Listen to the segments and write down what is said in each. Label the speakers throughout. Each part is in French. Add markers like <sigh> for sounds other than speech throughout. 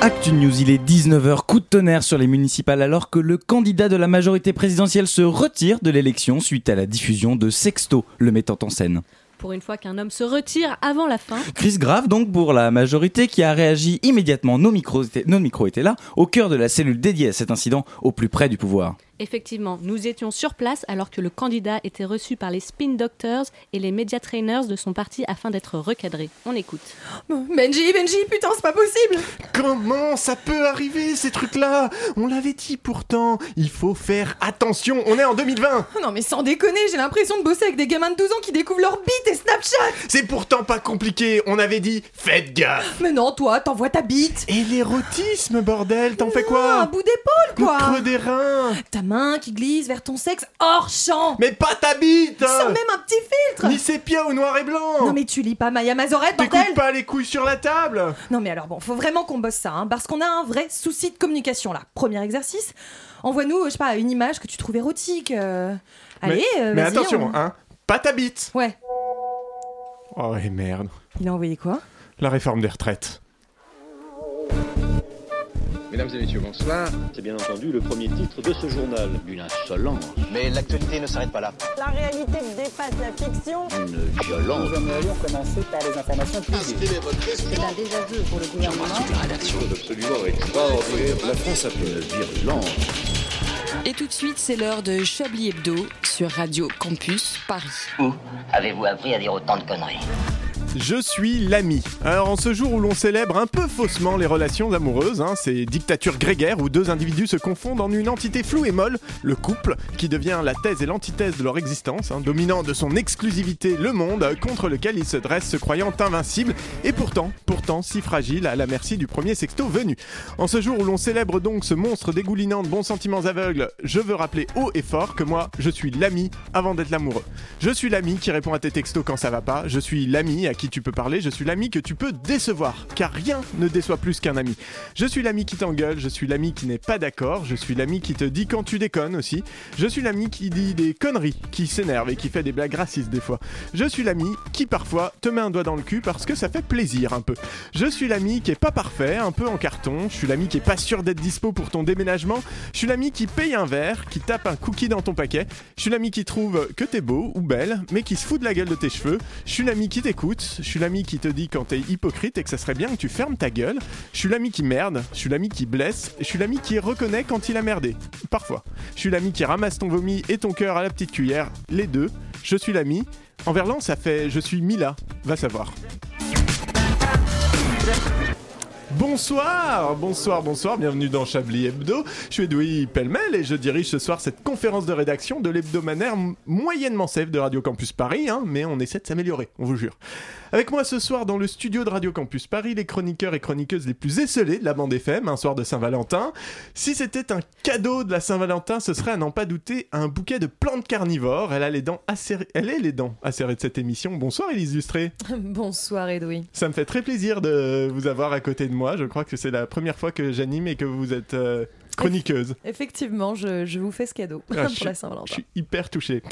Speaker 1: Actu News, il est 19h, coup de tonnerre sur les municipales alors que le candidat de la majorité présidentielle se retire de l'élection suite à la diffusion de Sexto, le mettant en scène.
Speaker 2: Pour une fois qu'un homme se retire avant la fin.
Speaker 1: Crise grave donc pour la majorité qui a réagi immédiatement, nos micros étaient, nos micros étaient là, au cœur de la cellule dédiée à cet incident, au plus près du pouvoir.
Speaker 2: Effectivement, nous étions sur place alors que le candidat était reçu par les spin doctors et les media trainers de son parti afin d'être recadré. On écoute.
Speaker 3: Benji, Benji, putain, c'est pas possible
Speaker 4: Comment ça peut arriver ces trucs-là On l'avait dit pourtant, il faut faire attention, on est en 2020
Speaker 3: Oh Non mais sans déconner, j'ai l'impression de bosser avec des gamins de 12 ans qui découvrent leur bite et Snapchat
Speaker 4: C'est pourtant pas compliqué, on avait dit faites gaffe
Speaker 3: <laughs> Mais non, toi, t'envoies ta bite
Speaker 4: Et l'érotisme, bordel, t'en fais
Speaker 3: Ah, Un
Speaker 4: quoi
Speaker 3: bout d'épaule,
Speaker 4: Le
Speaker 3: quoi
Speaker 4: creux des reins
Speaker 3: Ta main qui glisse vers ton sexe hors champ
Speaker 4: Mais pas ta bite
Speaker 3: Sans même un petit filtre
Speaker 4: Ni sépia au noir et blanc
Speaker 3: Non mais tu lis pas Maya Mazorette,
Speaker 4: T'écoutes
Speaker 3: bordel
Speaker 4: pas les couilles sur la table
Speaker 3: Non mais alors bon, faut vraiment qu'on bosse ça, hein, parce qu'on a un vrai souci de communication là. Premier exercice, envoie-nous, je sais pas, une image que tu trouves érotique. euh. Allez, euh,
Speaker 4: Mais
Speaker 3: vas-y,
Speaker 4: attention,
Speaker 3: on-
Speaker 4: hein Pas ta bite
Speaker 3: Ouais,
Speaker 4: Oh et merde,
Speaker 3: il a envoyé quoi
Speaker 4: la réforme des retraites.
Speaker 5: Mesdames et messieurs, bonsoir.
Speaker 6: C'est bien entendu le premier titre de ce journal. Une insolence,
Speaker 5: Mais l'actualité ne s'arrête pas là.
Speaker 7: La réalité dépasse la fiction.
Speaker 6: une violence.
Speaker 7: C'est un désaveu pour le gouvernement.
Speaker 8: Et tout de suite, c'est l'heure de Chablis Hebdo sur Radio Campus Paris.
Speaker 9: Où avez-vous appris à dire autant de conneries
Speaker 4: Je suis l'ami. Alors en ce jour où l'on célèbre un peu faussement les relations amoureuses, hein, ces dictatures grégaires où deux individus se confondent en une entité floue et molle, le couple, qui devient la thèse et l'antithèse de leur existence, hein, dominant de son exclusivité le monde euh, contre lequel ils se dressent se croyant invincibles et pourtant, pourtant si fragiles à la merci du premier sexto venu. En ce jour où l'on célèbre donc ce monstre dégoulinant de bons sentiments aveugles, je veux rappeler haut et fort que moi, je suis l'ami avant d'être l'amoureux. Je suis l'ami qui répond à tes textos quand ça va pas, je suis l'ami à qui tu peux parler, je suis l'ami que tu peux décevoir, car rien ne déçoit plus qu'un ami. Je suis l'ami qui t'engueule, je suis l'ami qui n'est pas d'accord, je suis l'ami qui te dit quand tu déconnes aussi, je suis l'ami qui dit des conneries, qui s'énerve et qui fait des blagues racistes des fois. Je suis l'ami qui parfois te met un doigt dans le cul parce que ça fait plaisir un peu. Je suis l'ami qui est pas parfait, un peu en carton, je suis l'ami qui est pas sûr d'être dispo pour ton déménagement, je suis l'ami qui paye un verre, qui tape un cookie dans ton paquet, je suis l'ami qui trouve que t'es beau ou belle, mais qui se fout de la gueule de tes cheveux. Je suis l'ami qui t'écoute. Je suis l'ami qui te dit quand t'es hypocrite et que ça serait bien que tu fermes ta gueule. Je suis l'ami qui merde. Je suis l'ami qui blesse. Je suis l'ami qui reconnaît quand il a merdé. Parfois. Je suis l'ami qui ramasse ton vomi et ton cœur à la petite cuillère. Les deux. Je suis l'ami. En verlan, ça fait je suis Mila. Va savoir. Bonsoir, bonsoir, bonsoir, bienvenue dans Chablis Hebdo. Je suis Edoui Pellemel et je dirige ce soir cette conférence de rédaction de l'hebdomadaire m- moyennement safe de Radio Campus Paris, hein, mais on essaie de s'améliorer, on vous jure. Avec moi ce soir dans le studio de Radio Campus Paris, les chroniqueurs et chroniqueuses les plus esselés de la bande FM, un soir de Saint-Valentin. Si c'était un cadeau de la Saint-Valentin, ce serait à n'en pas douter un bouquet de plantes carnivores. Elle a les dents acérées, elle est les dents acérées de cette émission. Bonsoir Élise Lustré.
Speaker 3: <laughs> Bonsoir Edoui.
Speaker 4: Ça me fait très plaisir de vous avoir à côté de moi. Je crois que c'est la première fois que j'anime et que vous êtes euh, chroniqueuse.
Speaker 3: Effectivement, je, je vous fais ce cadeau
Speaker 4: Ah,
Speaker 3: <laughs>
Speaker 4: je
Speaker 3: pour
Speaker 4: suis-
Speaker 3: la
Speaker 4: Je
Speaker 3: Saint-Valentin.
Speaker 4: suis hyper touché.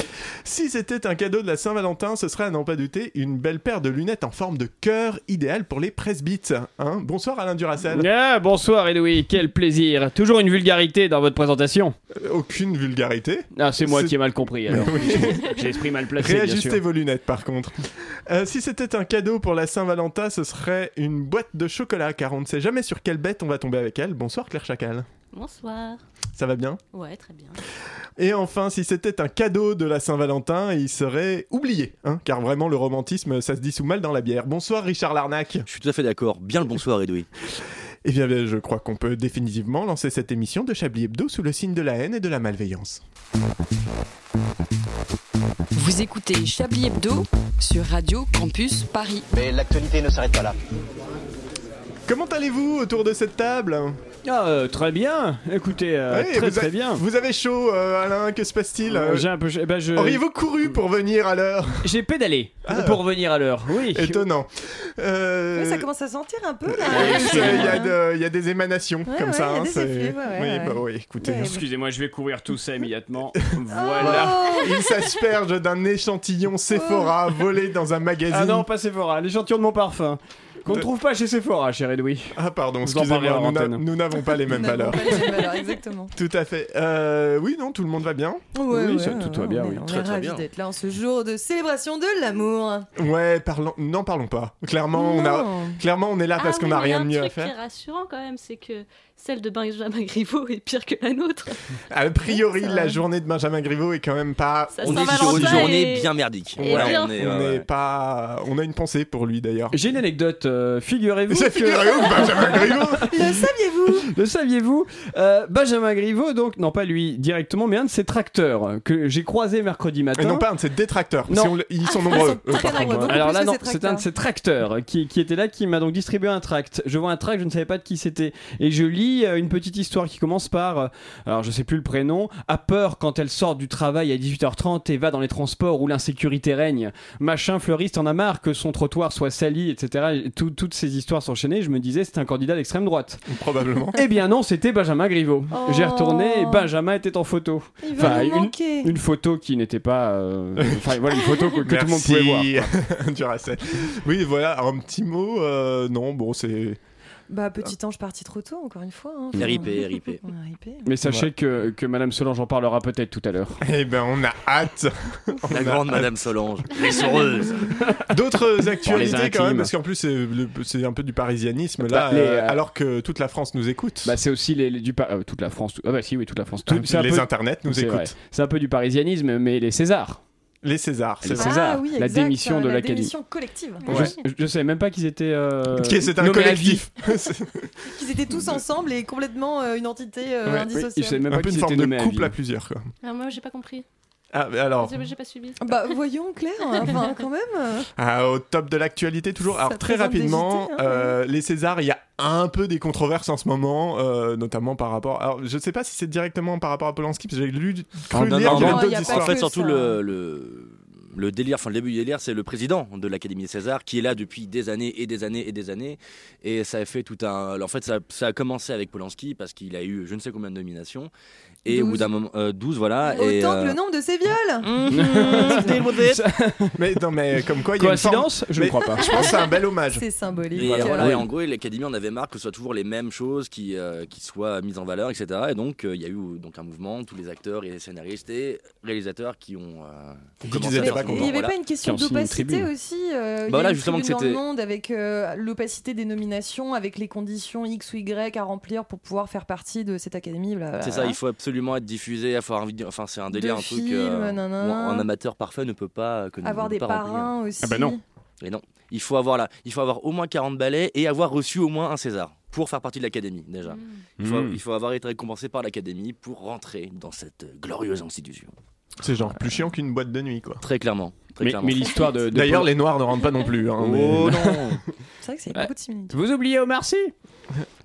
Speaker 4: Si c'était un cadeau de la Saint-Valentin, ce serait à n'en pas douter une belle paire de lunettes en forme de cœur, idéale pour les presbytes. Hein Bonsoir Alain Duracel.
Speaker 10: Ah, bonsoir Edoui, quel plaisir. Toujours une vulgarité dans votre présentation.
Speaker 4: Euh, Aucune vulgarité.
Speaker 10: Ah, c'est moi
Speaker 4: C'est-
Speaker 10: qui ai mal compris
Speaker 4: <laughs>
Speaker 10: alors. <laughs> J'ai l'esprit mal placé. bien
Speaker 4: Réajustez
Speaker 10: sûr.
Speaker 4: vos lunettes par contre. Euh, si c'était un cadeau pour la Saint-Valentin, ce serait une boîte de chocolat, car on ne sait jamais sur quelle bête on va tomber avec elle. Bonsoir Claire Chacal.
Speaker 2: Bonsoir.
Speaker 4: Ça va bien
Speaker 2: Ouais, très bien.
Speaker 4: Et enfin, si c'était un cadeau de la Saint-Valentin, il serait oublié, hein, car vraiment le romantisme, ça se dissout mal dans la bière. Bonsoir Richard Larnac.
Speaker 6: Je suis tout à fait d'accord. Bien le bonsoir, Edoui.
Speaker 4: <laughs> Eh bien, je crois qu'on peut définitivement lancer cette émission de Chablis Hebdo sous le signe de la haine et de la malveillance.
Speaker 8: Vous écoutez Chablis Hebdo sur Radio Campus Paris.
Speaker 5: Mais l'actualité ne s'arrête pas là.
Speaker 4: Comment allez-vous autour de cette table
Speaker 10: Ah, euh, très bien. Écoutez, euh,
Speaker 4: Ouais,
Speaker 10: très
Speaker 4: vous a-
Speaker 10: très bien.
Speaker 4: Vous avez chaud, euh, Alain, que se passe-t-il
Speaker 10: Euh, J'ai un peu. eh ben, je-
Speaker 4: Auriez-vous couru pour venir à l'heure
Speaker 10: J'ai pédalé
Speaker 4: Ah.
Speaker 10: pour venir à l'heure. Oui.
Speaker 4: Étonnant. Euh,
Speaker 3: Oui, ça commence à sentir un peu là.
Speaker 4: oui,
Speaker 3: <laughs>
Speaker 4: c'est- Il y, a de- il y a des émanations
Speaker 3: Ouais,
Speaker 4: comme
Speaker 3: ouais,
Speaker 4: ça.
Speaker 3: il y a
Speaker 4: hein,
Speaker 3: des
Speaker 4: c'est-
Speaker 3: effets, ouais, ouais,
Speaker 4: oui,
Speaker 3: ouais.
Speaker 4: bah oui, écoutez.
Speaker 3: Ouais.
Speaker 10: Excusez-moi, je vais couvrir tout ça
Speaker 4: <laughs>
Speaker 10: immédiatement. voilà.
Speaker 3: Oh
Speaker 4: <laughs> Il s'asperge d'un échantillon Sephora volé dans un magazine. Euh.
Speaker 10: Ah non, pas Sephora, l'échantillon de mon parfum. Qu'on ne trouve pas chez Sephora, hein, cher Edoui.
Speaker 4: Ah pardon,
Speaker 10: Vous en parlez
Speaker 4: excusez-moi,
Speaker 10: hors
Speaker 4: nous n'a-
Speaker 10: antenne.
Speaker 4: nous n'avons pas les mêmes valeurs.
Speaker 3: Alors, exactement.
Speaker 4: Tout à fait. Euh, oui, non, tout le monde va bien.
Speaker 10: Oui, ça- tout va bien,
Speaker 3: on est-
Speaker 10: oui.
Speaker 3: On
Speaker 10: Très,
Speaker 3: est
Speaker 10: très
Speaker 3: ravis
Speaker 10: bien.
Speaker 3: d'être là en ce jour de célébration de l'amour.
Speaker 4: Ouais, parlons. N'en parlons pas. Clairement, on a.
Speaker 3: Non.
Speaker 4: Clairement, on est là parce
Speaker 2: Ah
Speaker 4: qu'on
Speaker 2: oui,
Speaker 4: n'a
Speaker 2: mais il y a
Speaker 4: rien de mieux
Speaker 2: un
Speaker 4: à
Speaker 2: truc qui est
Speaker 4: faire.
Speaker 2: rassurant quand même, c'est que celle de Benjamin Griveaux est pire que la nôtre.
Speaker 4: A priori, la journée de Benjamin Griveaux est quand même pas.
Speaker 2: Ça
Speaker 11: On
Speaker 2: sent
Speaker 11: est sur une
Speaker 2: Valentin
Speaker 11: journée
Speaker 2: et-
Speaker 11: bien merdique.
Speaker 2: et
Speaker 11: Voilà,
Speaker 2: bien.
Speaker 11: on est, euh,
Speaker 4: on
Speaker 11: ouais,
Speaker 4: n'est
Speaker 11: ouais.
Speaker 4: pas. On a une pensée pour lui d'ailleurs.
Speaker 10: J'ai une anecdote, euh, figurez-vous.
Speaker 4: Ça
Speaker 10: que-
Speaker 4: fait rire, Benjamin Griveaux
Speaker 3: Le saviez-vous
Speaker 10: Le saviez-vous Euh, Benjamin Griveaux, donc, non pas lui directement, mais un de ses tracteurs euh, que j'ai croisé mercredi matin.
Speaker 4: Et non pas un de ses détracteurs.
Speaker 10: Non.
Speaker 4: Si on le- ils sont nombreux.
Speaker 3: Ah, ils sont
Speaker 4: eux,
Speaker 3: très
Speaker 4: par contre.
Speaker 3: nombreux. beaucoup
Speaker 10: Alors
Speaker 3: plus
Speaker 10: là,
Speaker 3: que
Speaker 10: non,
Speaker 3: ses
Speaker 10: c'est
Speaker 3: tracteurs.
Speaker 10: un de ses tracteurs qui, qui était là, qui m'a donc distribué un tract. Je vois un tract, je ne savais pas de qui c'était. Et je lis euh, une petite histoire qui commence par, euh, alors je sais plus le prénom, a peur quand elle sort du travail à 18h30 et va dans les transports où l'insécurité règne. Machin fleuriste en a marre que son trottoir soit sali, etc. Et tout- toutes ces histoires s'enchaînaient. Je me disais, c'est un candidat d'extrême droite.
Speaker 4: Probablement.
Speaker 10: Eh bien non, c'était Benjamin Griveaux.
Speaker 3: Oh.
Speaker 10: J'ai retourné et Benjamin était en photo.
Speaker 3: Il va
Speaker 10: Enfin,
Speaker 3: nous
Speaker 10: une-
Speaker 3: manquer.
Speaker 10: Une photo qui n'était pas. euh, Enfin voilà, une photo que, que tout le monde
Speaker 4: Merci.
Speaker 10: pouvait voir.
Speaker 4: Duracell. Oui, voilà, un petit mot. euh, non, bon, <laughs> c'est.
Speaker 10: Ah.
Speaker 3: Bah, petit ange parti trop tôt, encore une fois. hein.
Speaker 11: RIP, RIP.
Speaker 3: Ouais, RIP.
Speaker 10: Mais sachez que, que Madame Solange en parlera peut-être tout à l'heure.
Speaker 4: <laughs> Eh ben, on a hâte. On
Speaker 11: <laughs>
Speaker 4: a
Speaker 11: La grande
Speaker 4: hâte.
Speaker 11: Madame Solange, les saureuses.
Speaker 4: D'autres actualités quand même,
Speaker 10: intimes.
Speaker 4: parce qu'en plus, c'est le- c'est un peu du parisianisme là,
Speaker 10: Bah, les,
Speaker 4: euh,
Speaker 10: euh,
Speaker 4: alors que toute la France nous écoute.
Speaker 10: Bah, c'est aussi les, les- du par- euh, toute la France. tout- Ah bah si oui, toute la France. Tout- c'est un
Speaker 4: les
Speaker 10: peu-
Speaker 4: internets nous
Speaker 10: c'est vrai.
Speaker 4: écoutent.
Speaker 10: C'est un peu du parisianisme, mais les Césars.
Speaker 4: Les Césars, c'est
Speaker 10: Les
Speaker 4: vrai.
Speaker 10: César,
Speaker 3: ah, oui,
Speaker 10: la
Speaker 3: exact,
Speaker 10: démission de
Speaker 3: la
Speaker 10: l'Acadie.
Speaker 3: démission collective.
Speaker 10: Je- Je, je savais même pas qu'ils étaient. euh,
Speaker 4: Qui- C'est un
Speaker 10: nommés à
Speaker 4: collectif.
Speaker 3: Qu'ils étaient tous ensemble et complètement euh, une entité euh,
Speaker 4: Ouais, oui,
Speaker 10: vie. Oui, je savais
Speaker 3: indissociable.
Speaker 10: même
Speaker 4: un
Speaker 10: pas
Speaker 4: peu
Speaker 10: qu'ils étaient
Speaker 4: une forme de
Speaker 10: nommés à
Speaker 4: couple à
Speaker 10: vie.
Speaker 4: plusieurs. quoi.
Speaker 2: Ah, moi, j'ai pas compris.
Speaker 4: Ah, mais alors,
Speaker 2: J'ai j'ai pas suivi.
Speaker 3: Bah voyons
Speaker 2: <laughs>
Speaker 3: Claire, enfin quand même. euh,
Speaker 4: ah, au top de l'actualité toujours.
Speaker 3: Ça
Speaker 4: Alors très
Speaker 3: présente des
Speaker 4: rapidement,
Speaker 3: JT, hein.
Speaker 4: euh, les Césars, il y a un peu des controverses en ce moment, euh, notamment par rapport. Alors, je sais pas si c'est directement par rapport à Polanski, parce que j'ai lu,
Speaker 10: Ah,
Speaker 4: cru
Speaker 10: non,
Speaker 4: lire
Speaker 10: non,
Speaker 4: qu'il y a
Speaker 10: non,
Speaker 4: d'autres
Speaker 3: il y a pas
Speaker 4: histoires.
Speaker 11: En fait,
Speaker 3: que
Speaker 11: surtout
Speaker 3: ça.
Speaker 11: le, le, le délire, enfin le début du délire, c'est le président de l'Académie des Césars qui est là depuis des années et des années et des années. Et ça a fait tout un. En fait, ça, ça a commencé avec Polanski parce qu'il a eu je ne sais combien de nominations. Et au bout
Speaker 3: 12.
Speaker 11: d'un moment. euh, 12, voilà. et,
Speaker 3: Autant
Speaker 11: euh,
Speaker 3: que le nombre de
Speaker 2: <laughs>
Speaker 3: ses viols.
Speaker 11: <laughs>
Speaker 2: Mhm.
Speaker 3: Mhm.
Speaker 4: <laughs> Mais non, mais comme quoi, il y a une forme-
Speaker 10: Coïncidence Je ne
Speaker 4: Mais-
Speaker 10: crois pas.
Speaker 4: Je pense que c'est un bel hommage.
Speaker 3: C'est symbolique.
Speaker 11: Et,
Speaker 3: euh,
Speaker 11: voilà, et en gros, l'Académie en avait marre que ce soit toujours les mêmes choses qui, euh, qui soient mises en valeur, etc. Et donc, euh, il y a eu donc, un mouvement, tous les acteurs et les scénaristes et réalisateurs qui ont. euh,
Speaker 4: Dit
Speaker 11: commencé
Speaker 4: qu'ils
Speaker 11: à
Speaker 4: étaient
Speaker 11: faire
Speaker 4: pas
Speaker 11: ce
Speaker 3: Il
Speaker 4: contents.
Speaker 3: n'y
Speaker 11: mouvement,
Speaker 3: avait
Speaker 11: voilà.
Speaker 3: pas une
Speaker 10: Qui
Speaker 3: question
Speaker 10: en signe une
Speaker 3: d'opacité
Speaker 10: tribune.
Speaker 3: aussi euh, il y a
Speaker 11: Bah là,
Speaker 3: une
Speaker 11: justement,
Speaker 3: tribune
Speaker 11: que
Speaker 3: dans le
Speaker 11: c'était-
Speaker 3: monde avec euh, l'opacité des nominations, avec les conditions X ou Y à remplir pour pouvoir faire partie de cette académie. blablabla.
Speaker 11: C'est ça, il faut absolument être diffusé, avoir envie de- enfin c'est un délire,
Speaker 3: Euh, De
Speaker 11: un truc
Speaker 3: films,
Speaker 11: euh,
Speaker 3: nanana.
Speaker 11: où un amateur parfait ne peut pas euh, que ne-
Speaker 3: Avoir
Speaker 11: ne
Speaker 3: des
Speaker 11: pas remplir.
Speaker 3: parrains aussi.
Speaker 4: Ah bah non.
Speaker 11: Et non, il faut avoir là, il faut avoir au moins 40 balais et avoir reçu au moins un César pour faire partie de l'académie déjà. Il, faut,
Speaker 10: Mm.
Speaker 11: il faut avoir été récompensé par l'académie pour rentrer dans cette euh, glorieuse institution.
Speaker 4: C'est genre plus chiant qu'une boîte de nuit, quoi.
Speaker 11: Très clairement, très
Speaker 10: Mais,
Speaker 11: clairement.
Speaker 10: mais l'histoire de. de
Speaker 4: D'ailleurs,
Speaker 10: Paul-
Speaker 4: les noirs ne rentrent pas non plus. hein, mais-
Speaker 10: Oh non
Speaker 3: C'est vrai que c'est
Speaker 10: Ouais.
Speaker 3: beaucoup de similitudes.
Speaker 10: Vous oubliez Omar Sy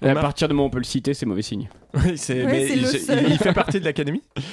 Speaker 10: Et À
Speaker 4: Omar-
Speaker 10: partir du moment où on peut le citer, c'est mauvais signe.
Speaker 4: <laughs> Oui, c'est-
Speaker 3: Ouais,
Speaker 4: mais
Speaker 3: c'est
Speaker 4: il,
Speaker 3: le
Speaker 4: il-
Speaker 3: seul.
Speaker 4: il fait partie de l'académie
Speaker 10: <laughs>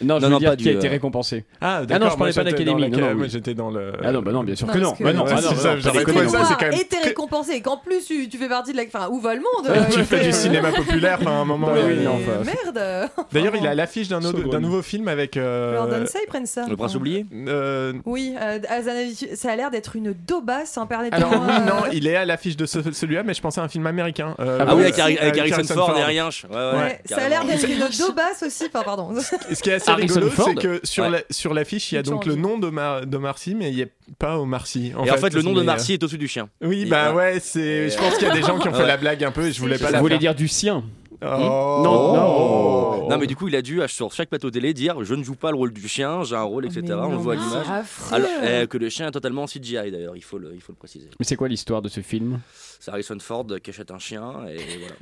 Speaker 10: Non, je
Speaker 11: Non,
Speaker 10: veux
Speaker 11: non,
Speaker 10: dire
Speaker 11: pas
Speaker 10: qui
Speaker 11: du,
Speaker 10: a été
Speaker 11: euh,
Speaker 10: récompensé.
Speaker 4: Ah,
Speaker 10: non, je
Speaker 4: moi,
Speaker 10: parlais pas
Speaker 4: j'étais
Speaker 10: d'académie,
Speaker 4: dans
Speaker 10: non,
Speaker 4: l'acad-
Speaker 10: oui.
Speaker 4: moi, j'étais dans le.
Speaker 10: Ah non, bah non, bien sûr
Speaker 3: Non,
Speaker 10: que non.
Speaker 3: parce que-
Speaker 10: Bah non,
Speaker 4: Ouais,
Speaker 10: bah
Speaker 4: c'est
Speaker 10: non, bah
Speaker 4: ça,
Speaker 10: non,
Speaker 4: j'aurais
Speaker 10: pas
Speaker 3: Que
Speaker 4: trouvé
Speaker 10: déconner.
Speaker 4: ça,
Speaker 3: toi
Speaker 4: c'est quand même
Speaker 3: Et t'es récompensé, qu'en plus tu, tu fais partie de la. Enfin, où va le monde euh,
Speaker 4: tu fais
Speaker 3: euh,
Speaker 4: du cinéma populaire, enfin, à un moment.
Speaker 10: Bah
Speaker 4: il y a
Speaker 10: oui,
Speaker 4: des-
Speaker 10: non, enfin.
Speaker 3: Merde
Speaker 4: <laughs> D'ailleurs, il est à l'affiche d'un autre-
Speaker 10: Sodome.
Speaker 4: d'un nouveau film avec. euh,
Speaker 3: Leur donne ça, ils prennent ça.
Speaker 11: Le prince oublié
Speaker 4: euh,
Speaker 3: Oui, euh, Azanavicius- ça a l'air d'être une daubasse, hein,
Speaker 4: alors
Speaker 3: permettez-moi.
Speaker 4: oui, non,
Speaker 3: euh,
Speaker 4: il est à l'affiche de ce- celui-là, mais je pensais à un film américain. euh,
Speaker 11: Ah
Speaker 4: euh,
Speaker 11: oui, avec, Harry- avec Harrison,
Speaker 4: Harrison
Speaker 11: Ford, et rien. Ouais, ouais,
Speaker 3: ouais, ça a l'air
Speaker 11: carrément.
Speaker 3: d'être une daubasse aussi. Enfin, pardon.
Speaker 4: Et Ce qui est assez
Speaker 10: Harrison
Speaker 4: rigolo,
Speaker 10: Ford
Speaker 4: c'est que sur
Speaker 11: Ouais.
Speaker 4: la- sur l'affiche, il y a
Speaker 3: Ils sont
Speaker 4: donc le
Speaker 3: envie.
Speaker 4: nom de Ma- de Marcy, mais il n'y a pas au Marcy.
Speaker 11: Et en fait, le nom de
Speaker 4: mais, euh,
Speaker 11: Marcy est au-dessus du chien.
Speaker 4: Oui,
Speaker 11: Et
Speaker 4: bah
Speaker 11: ouais.
Speaker 4: ouais, c'est.
Speaker 11: Et
Speaker 4: Je
Speaker 11: euh,
Speaker 4: pense qu'il y a des
Speaker 10: <laughs>
Speaker 4: gens qui ont fait
Speaker 11: ouais.
Speaker 4: la blague un peu et je voulais pas
Speaker 10: Vous
Speaker 4: la
Speaker 10: voulez
Speaker 4: faire.
Speaker 10: dire du sien
Speaker 4: Oh.
Speaker 10: Non,
Speaker 4: Oh.
Speaker 10: non.
Speaker 11: Hmm Non, mais du coup, il a dû, sur chaque plateau télé, dire Je ne joue pas le rôle du chien, j'ai un
Speaker 4: Oh,
Speaker 11: rôle, etc.
Speaker 3: Mais
Speaker 11: On le
Speaker 3: non,
Speaker 11: voit à
Speaker 3: mais
Speaker 11: l'image.
Speaker 3: c'est affreux.
Speaker 11: Alors, euh, que le chien est totalement en CGI d'ailleurs, il faut le, il faut le préciser.
Speaker 10: Mais c'est quoi l'histoire de ce film
Speaker 4: Euh,
Speaker 11: C'est Harrison Ford qui achète un chien et voilà.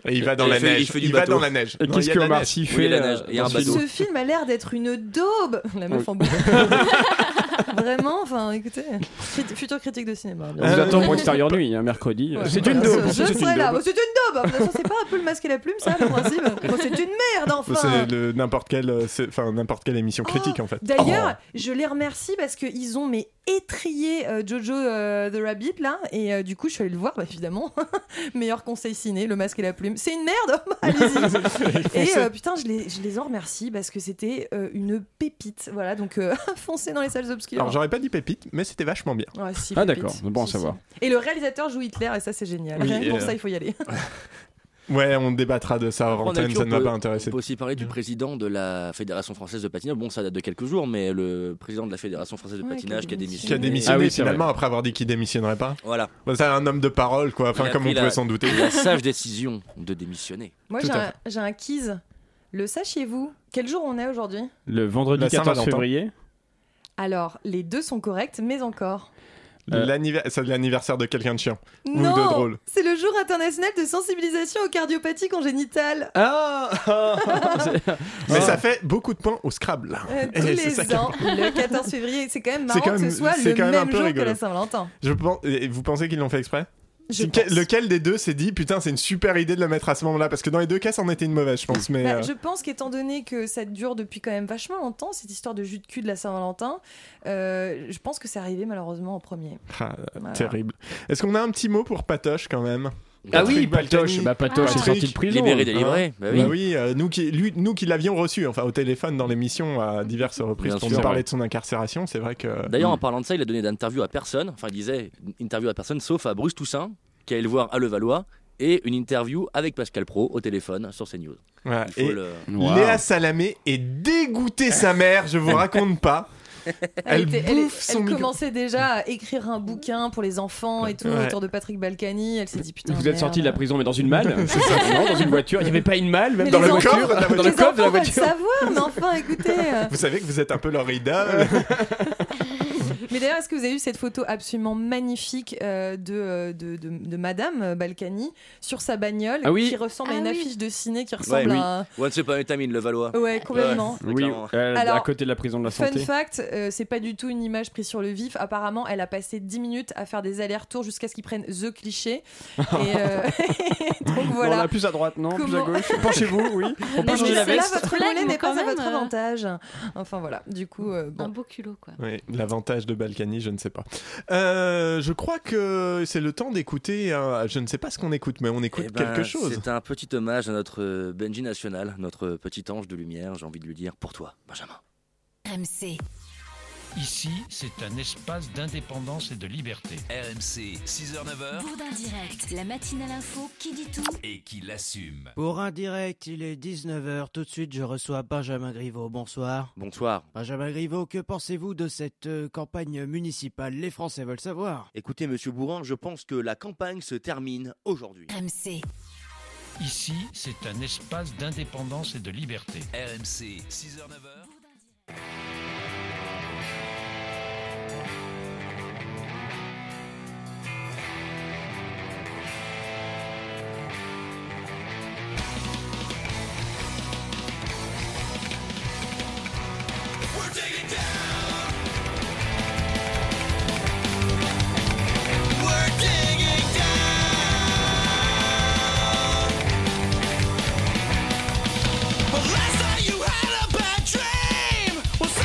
Speaker 4: Et il va dans
Speaker 11: Et
Speaker 4: la
Speaker 11: il fait-
Speaker 4: neige.
Speaker 11: il fait du
Speaker 4: va
Speaker 11: bateau.
Speaker 4: dans la neige.
Speaker 10: Et
Speaker 4: Non, il y
Speaker 10: qu'est-ce
Speaker 4: a
Speaker 10: que
Speaker 4: de la
Speaker 10: Omar
Speaker 4: neige.
Speaker 10: Sy fait
Speaker 11: Oui, la
Speaker 10: euh,
Speaker 11: nage. Il y a
Speaker 10: dans
Speaker 11: un
Speaker 10: ce
Speaker 11: bateau.
Speaker 10: film
Speaker 3: Ce film a l'air d'être une daube. <laughs> La meuf en boule. Vraiment, enfin, écoutez, fut- futur critique de cinéma.
Speaker 10: On
Speaker 4: Euh,
Speaker 10: vous attend pour
Speaker 4: <laughs>
Speaker 10: extérieur nuit, hein, mercredi.
Speaker 3: Ouais.
Speaker 10: C'est une
Speaker 3: Je-
Speaker 10: daube.
Speaker 3: Je
Speaker 10: c'est une
Speaker 3: serai là.
Speaker 10: daube.
Speaker 3: Bah, C'est une daube. De toute façon, c'est pas un peu le masque et la plume, ça,
Speaker 10: <laughs>
Speaker 3: le principe. Bon, c'est une merde,
Speaker 10: Bah,
Speaker 3: enfin. Oh,
Speaker 4: C'est le- n'importe quelle, euh, c'est- enfin n'importe quelle émission critique en fait.
Speaker 3: D'ailleurs,
Speaker 4: Oh.
Speaker 3: je les remercie parce qu'ils ont mais étrié euh, Jojo euh, the Rabbit là et euh, du coup je suis allée le voir bah, évidemment. <laughs> Meilleur conseil ciné, le masque et la plume. C'est une merde, bah,
Speaker 4: <laughs>
Speaker 3: allez-y. et euh, putain, je les, je les en remercie parce que c'était euh, une pépite. Voilà, donc euh, <laughs> foncez dans les salles parce qu'il est
Speaker 4: Alors
Speaker 3: mort.
Speaker 4: j'aurais pas dit pépite, mais c'était vachement bien.
Speaker 3: Ouais, si,
Speaker 10: Ah
Speaker 3: pépite.
Speaker 10: d'accord, bon à savoir.
Speaker 3: Et le réalisateur joue Hitler, et ça, c'est génial.
Speaker 4: Oui,
Speaker 3: Pour
Speaker 4: et,
Speaker 3: ça,
Speaker 4: euh,
Speaker 3: il faut y
Speaker 4: <laughs>
Speaker 3: aller.
Speaker 4: Ouais, on débattra de ça hors
Speaker 11: On a
Speaker 4: antenne,
Speaker 11: toujours
Speaker 4: ça ne m'a
Speaker 11: peu-
Speaker 4: pas intéressé.
Speaker 11: On peut aussi parler du président de la Fédération française de patinage. Bon, ça date de quelques jours, mais le président de la Fédération française de
Speaker 3: Ouais,
Speaker 11: patinage qui a démissionné.
Speaker 4: Qui a
Speaker 10: Ah
Speaker 4: démissionné finalement après avoir dit qu'il démissionnerait pas.
Speaker 11: Voilà.
Speaker 4: Bah, c'est un homme de parole, quoi.
Speaker 11: Il
Speaker 4: Enfin,
Speaker 11: a
Speaker 4: comme
Speaker 11: pris
Speaker 4: on
Speaker 11: la-
Speaker 4: pouvait s'en douter.
Speaker 11: La sage décision de démissionner.
Speaker 3: Moi,
Speaker 4: Tout
Speaker 3: j'ai
Speaker 4: à
Speaker 3: un, j'ai un quiz. Le sachiez-vous Quel jour on est aujourd'hui
Speaker 10: Le vendredi
Speaker 4: La
Speaker 10: 14
Speaker 4: Saint-Valentin.
Speaker 10: février.
Speaker 3: Alors, les deux sont corrects, mais encore.
Speaker 10: Euh,
Speaker 4: L'anniver- C'est l'anniversaire de quelqu'un de chiant. Ou de
Speaker 3: Non
Speaker 4: drôle.
Speaker 3: C'est le jour international de sensibilisation aux cardiopathies congénitales.
Speaker 10: Ah
Speaker 4: <laughs> Mais
Speaker 10: Ah.
Speaker 4: ça fait beaucoup de points au Scrabble.
Speaker 3: Euh,
Speaker 4: <laughs> Eh,
Speaker 3: tous
Speaker 4: c'est ça qui
Speaker 3: les
Speaker 4: est
Speaker 3: ans, le 14 février. C'est quand même
Speaker 4: C'est
Speaker 3: marrant
Speaker 4: quand
Speaker 3: que
Speaker 4: même-
Speaker 3: ce soit
Speaker 4: c'est
Speaker 3: le
Speaker 4: quand même un
Speaker 3: même
Speaker 4: peu
Speaker 3: jour que
Speaker 4: rigolo.
Speaker 3: la Saint-Valentin.
Speaker 4: Je pense... et Vous pensez qu'ils l'ont fait exprès
Speaker 3: Je
Speaker 4: Si- que-
Speaker 3: pense.
Speaker 4: Lequel des deux s'est dit putain c'est une super idée de le mettre à ce moment-là parce que dans les deux cas ça en était une mauvaise je pense mais
Speaker 3: Bah,
Speaker 4: euh,
Speaker 3: Je pense qu'étant donné que ça dure depuis quand même vachement longtemps, cette histoire de jus de cul de la Saint-Valentin, euh, je pense que c'est arrivé malheureusement en premier.
Speaker 4: ah,
Speaker 3: Voilà.
Speaker 4: terrible. Est-ce qu'on a un petit mot pour Patoche quand même
Speaker 10: Ah
Speaker 4: Patrick
Speaker 10: oui, Patoche.
Speaker 4: Balkany.
Speaker 10: Bah, Patoche est
Speaker 4: Patrick,
Speaker 10: sorti de prison. Hein
Speaker 11: Libéré, délivré. Bah oui.
Speaker 4: Bah oui, euh, nous qui lui- nous qui l'avions reçu enfin au téléphone dans l'émission à diverses reprises
Speaker 11: Bien
Speaker 4: pour
Speaker 11: sûr.
Speaker 4: nous parler de son incarcération c'est vrai que
Speaker 11: D'ailleurs,
Speaker 10: Mm.
Speaker 11: en parlant de ça, il a donné d'interview à personne. Enfin, il disait une interview à personne, sauf à Bruce Toussaint, qui allait le voir à Levallois, et une interview avec Pascal Pro au téléphone sur CNews.
Speaker 4: Mm. Ouais,
Speaker 11: Il faut
Speaker 4: et
Speaker 11: le-
Speaker 10: Wow.
Speaker 4: Léa Salamé est dégoûtée sa mère
Speaker 10: <laughs>
Speaker 4: je vous raconte pas Elle
Speaker 3: était-
Speaker 4: bouffe son
Speaker 3: elle
Speaker 4: micro.
Speaker 3: commençait déjà à écrire un bouquin pour les enfants et tout
Speaker 4: Ouais.
Speaker 3: autour de Patrick Balkany. Elle s'est dit putain.
Speaker 10: Vous êtes sorti de la
Speaker 3: merde.
Speaker 10: prison, mais dans une
Speaker 4: <laughs>
Speaker 10: malle Non, dans une voiture. Il n'y avait pas une malle, même
Speaker 3: Mais
Speaker 10: dans la
Speaker 3: les
Speaker 10: voiture.
Speaker 3: enfants-
Speaker 10: Dans
Speaker 3: les
Speaker 10: le coffre de la
Speaker 3: enfants veulent
Speaker 10: voiture.
Speaker 3: savoir, mais enfin, écoutez. euh,
Speaker 4: vous savez que vous êtes un peu leur idole
Speaker 3: Mais d'ailleurs, est-ce que vous avez vu cette photo absolument magnifique euh, de, euh, de, de- de Madame euh, Balkany sur sa bagnole
Speaker 10: Ah oui.
Speaker 3: qui ressemble à
Speaker 2: Ah
Speaker 3: une
Speaker 2: oui.
Speaker 3: affiche de ciné qui ressemble
Speaker 11: oui.
Speaker 3: à.
Speaker 11: Once Upon a Time in Levallois.
Speaker 3: un- Ouais, complètement.
Speaker 11: Ouais,
Speaker 10: Oui,
Speaker 11: clairement.
Speaker 10: euh, à
Speaker 3: Alors,
Speaker 10: côté de la prison de la
Speaker 3: Fun
Speaker 10: santé.
Speaker 3: fact, euh, c'est pas du tout une image prise sur le vif. Apparemment, elle a passé 10 minutes à faire des allers-retours jusqu'à ce qu'ils prennent The Cliché. Et
Speaker 10: <laughs>
Speaker 3: euh, <laughs> donc
Speaker 10: Bon, on
Speaker 3: voilà.
Speaker 10: a plus à droite, non Plus à
Speaker 3: Comment- <laughs>
Speaker 10: gauche. Penchez-vous, oui. On peut
Speaker 3: Mais
Speaker 10: changer la
Speaker 3: c'est là,
Speaker 10: veste.
Speaker 3: votre
Speaker 2: Blague,
Speaker 3: relais n'est
Speaker 2: mais quand
Speaker 3: pas à
Speaker 2: même,
Speaker 3: votre
Speaker 2: euh.
Speaker 3: avantage. Enfin voilà, du coup, euh,
Speaker 2: Un
Speaker 3: bon.
Speaker 2: beau culot, quoi.
Speaker 4: <laughs> Oui, l'avantage de Balkany, je ne sais pas. Euh, je crois que c'est le temps d'écouter. euh, je ne sais pas ce qu'on écoute, mais on écoute
Speaker 11: Eh ben,
Speaker 4: quelque chose.
Speaker 11: C'est un petit hommage à notre euh, Benji national, notre petit ange de lumière, j'ai envie de lui dire, pour toi, Benjamin.
Speaker 8: RMC.
Speaker 12: Ici, c'est un espace d'indépendance et de liberté.
Speaker 13: RMC, 6h-9h,
Speaker 8: Bourdin Direct, la matinale info qui dit tout.
Speaker 13: et qui l'assume.
Speaker 14: Pour un direct, il est 19h. Tout de suite, je reçois Benjamin Griveaux. Bonsoir.
Speaker 11: Bonsoir.
Speaker 14: Benjamin Griveaux, que pensez-vous de cette euh, campagne municipale Les Français veulent savoir.
Speaker 11: Écoutez, monsieur Bourrin, je pense que la campagne se termine aujourd'hui.
Speaker 8: RMC.
Speaker 12: Ici, c'est un espace d'indépendance et de liberté.
Speaker 13: RMC, 6h-9h.
Speaker 12: Last night you had a bad dream.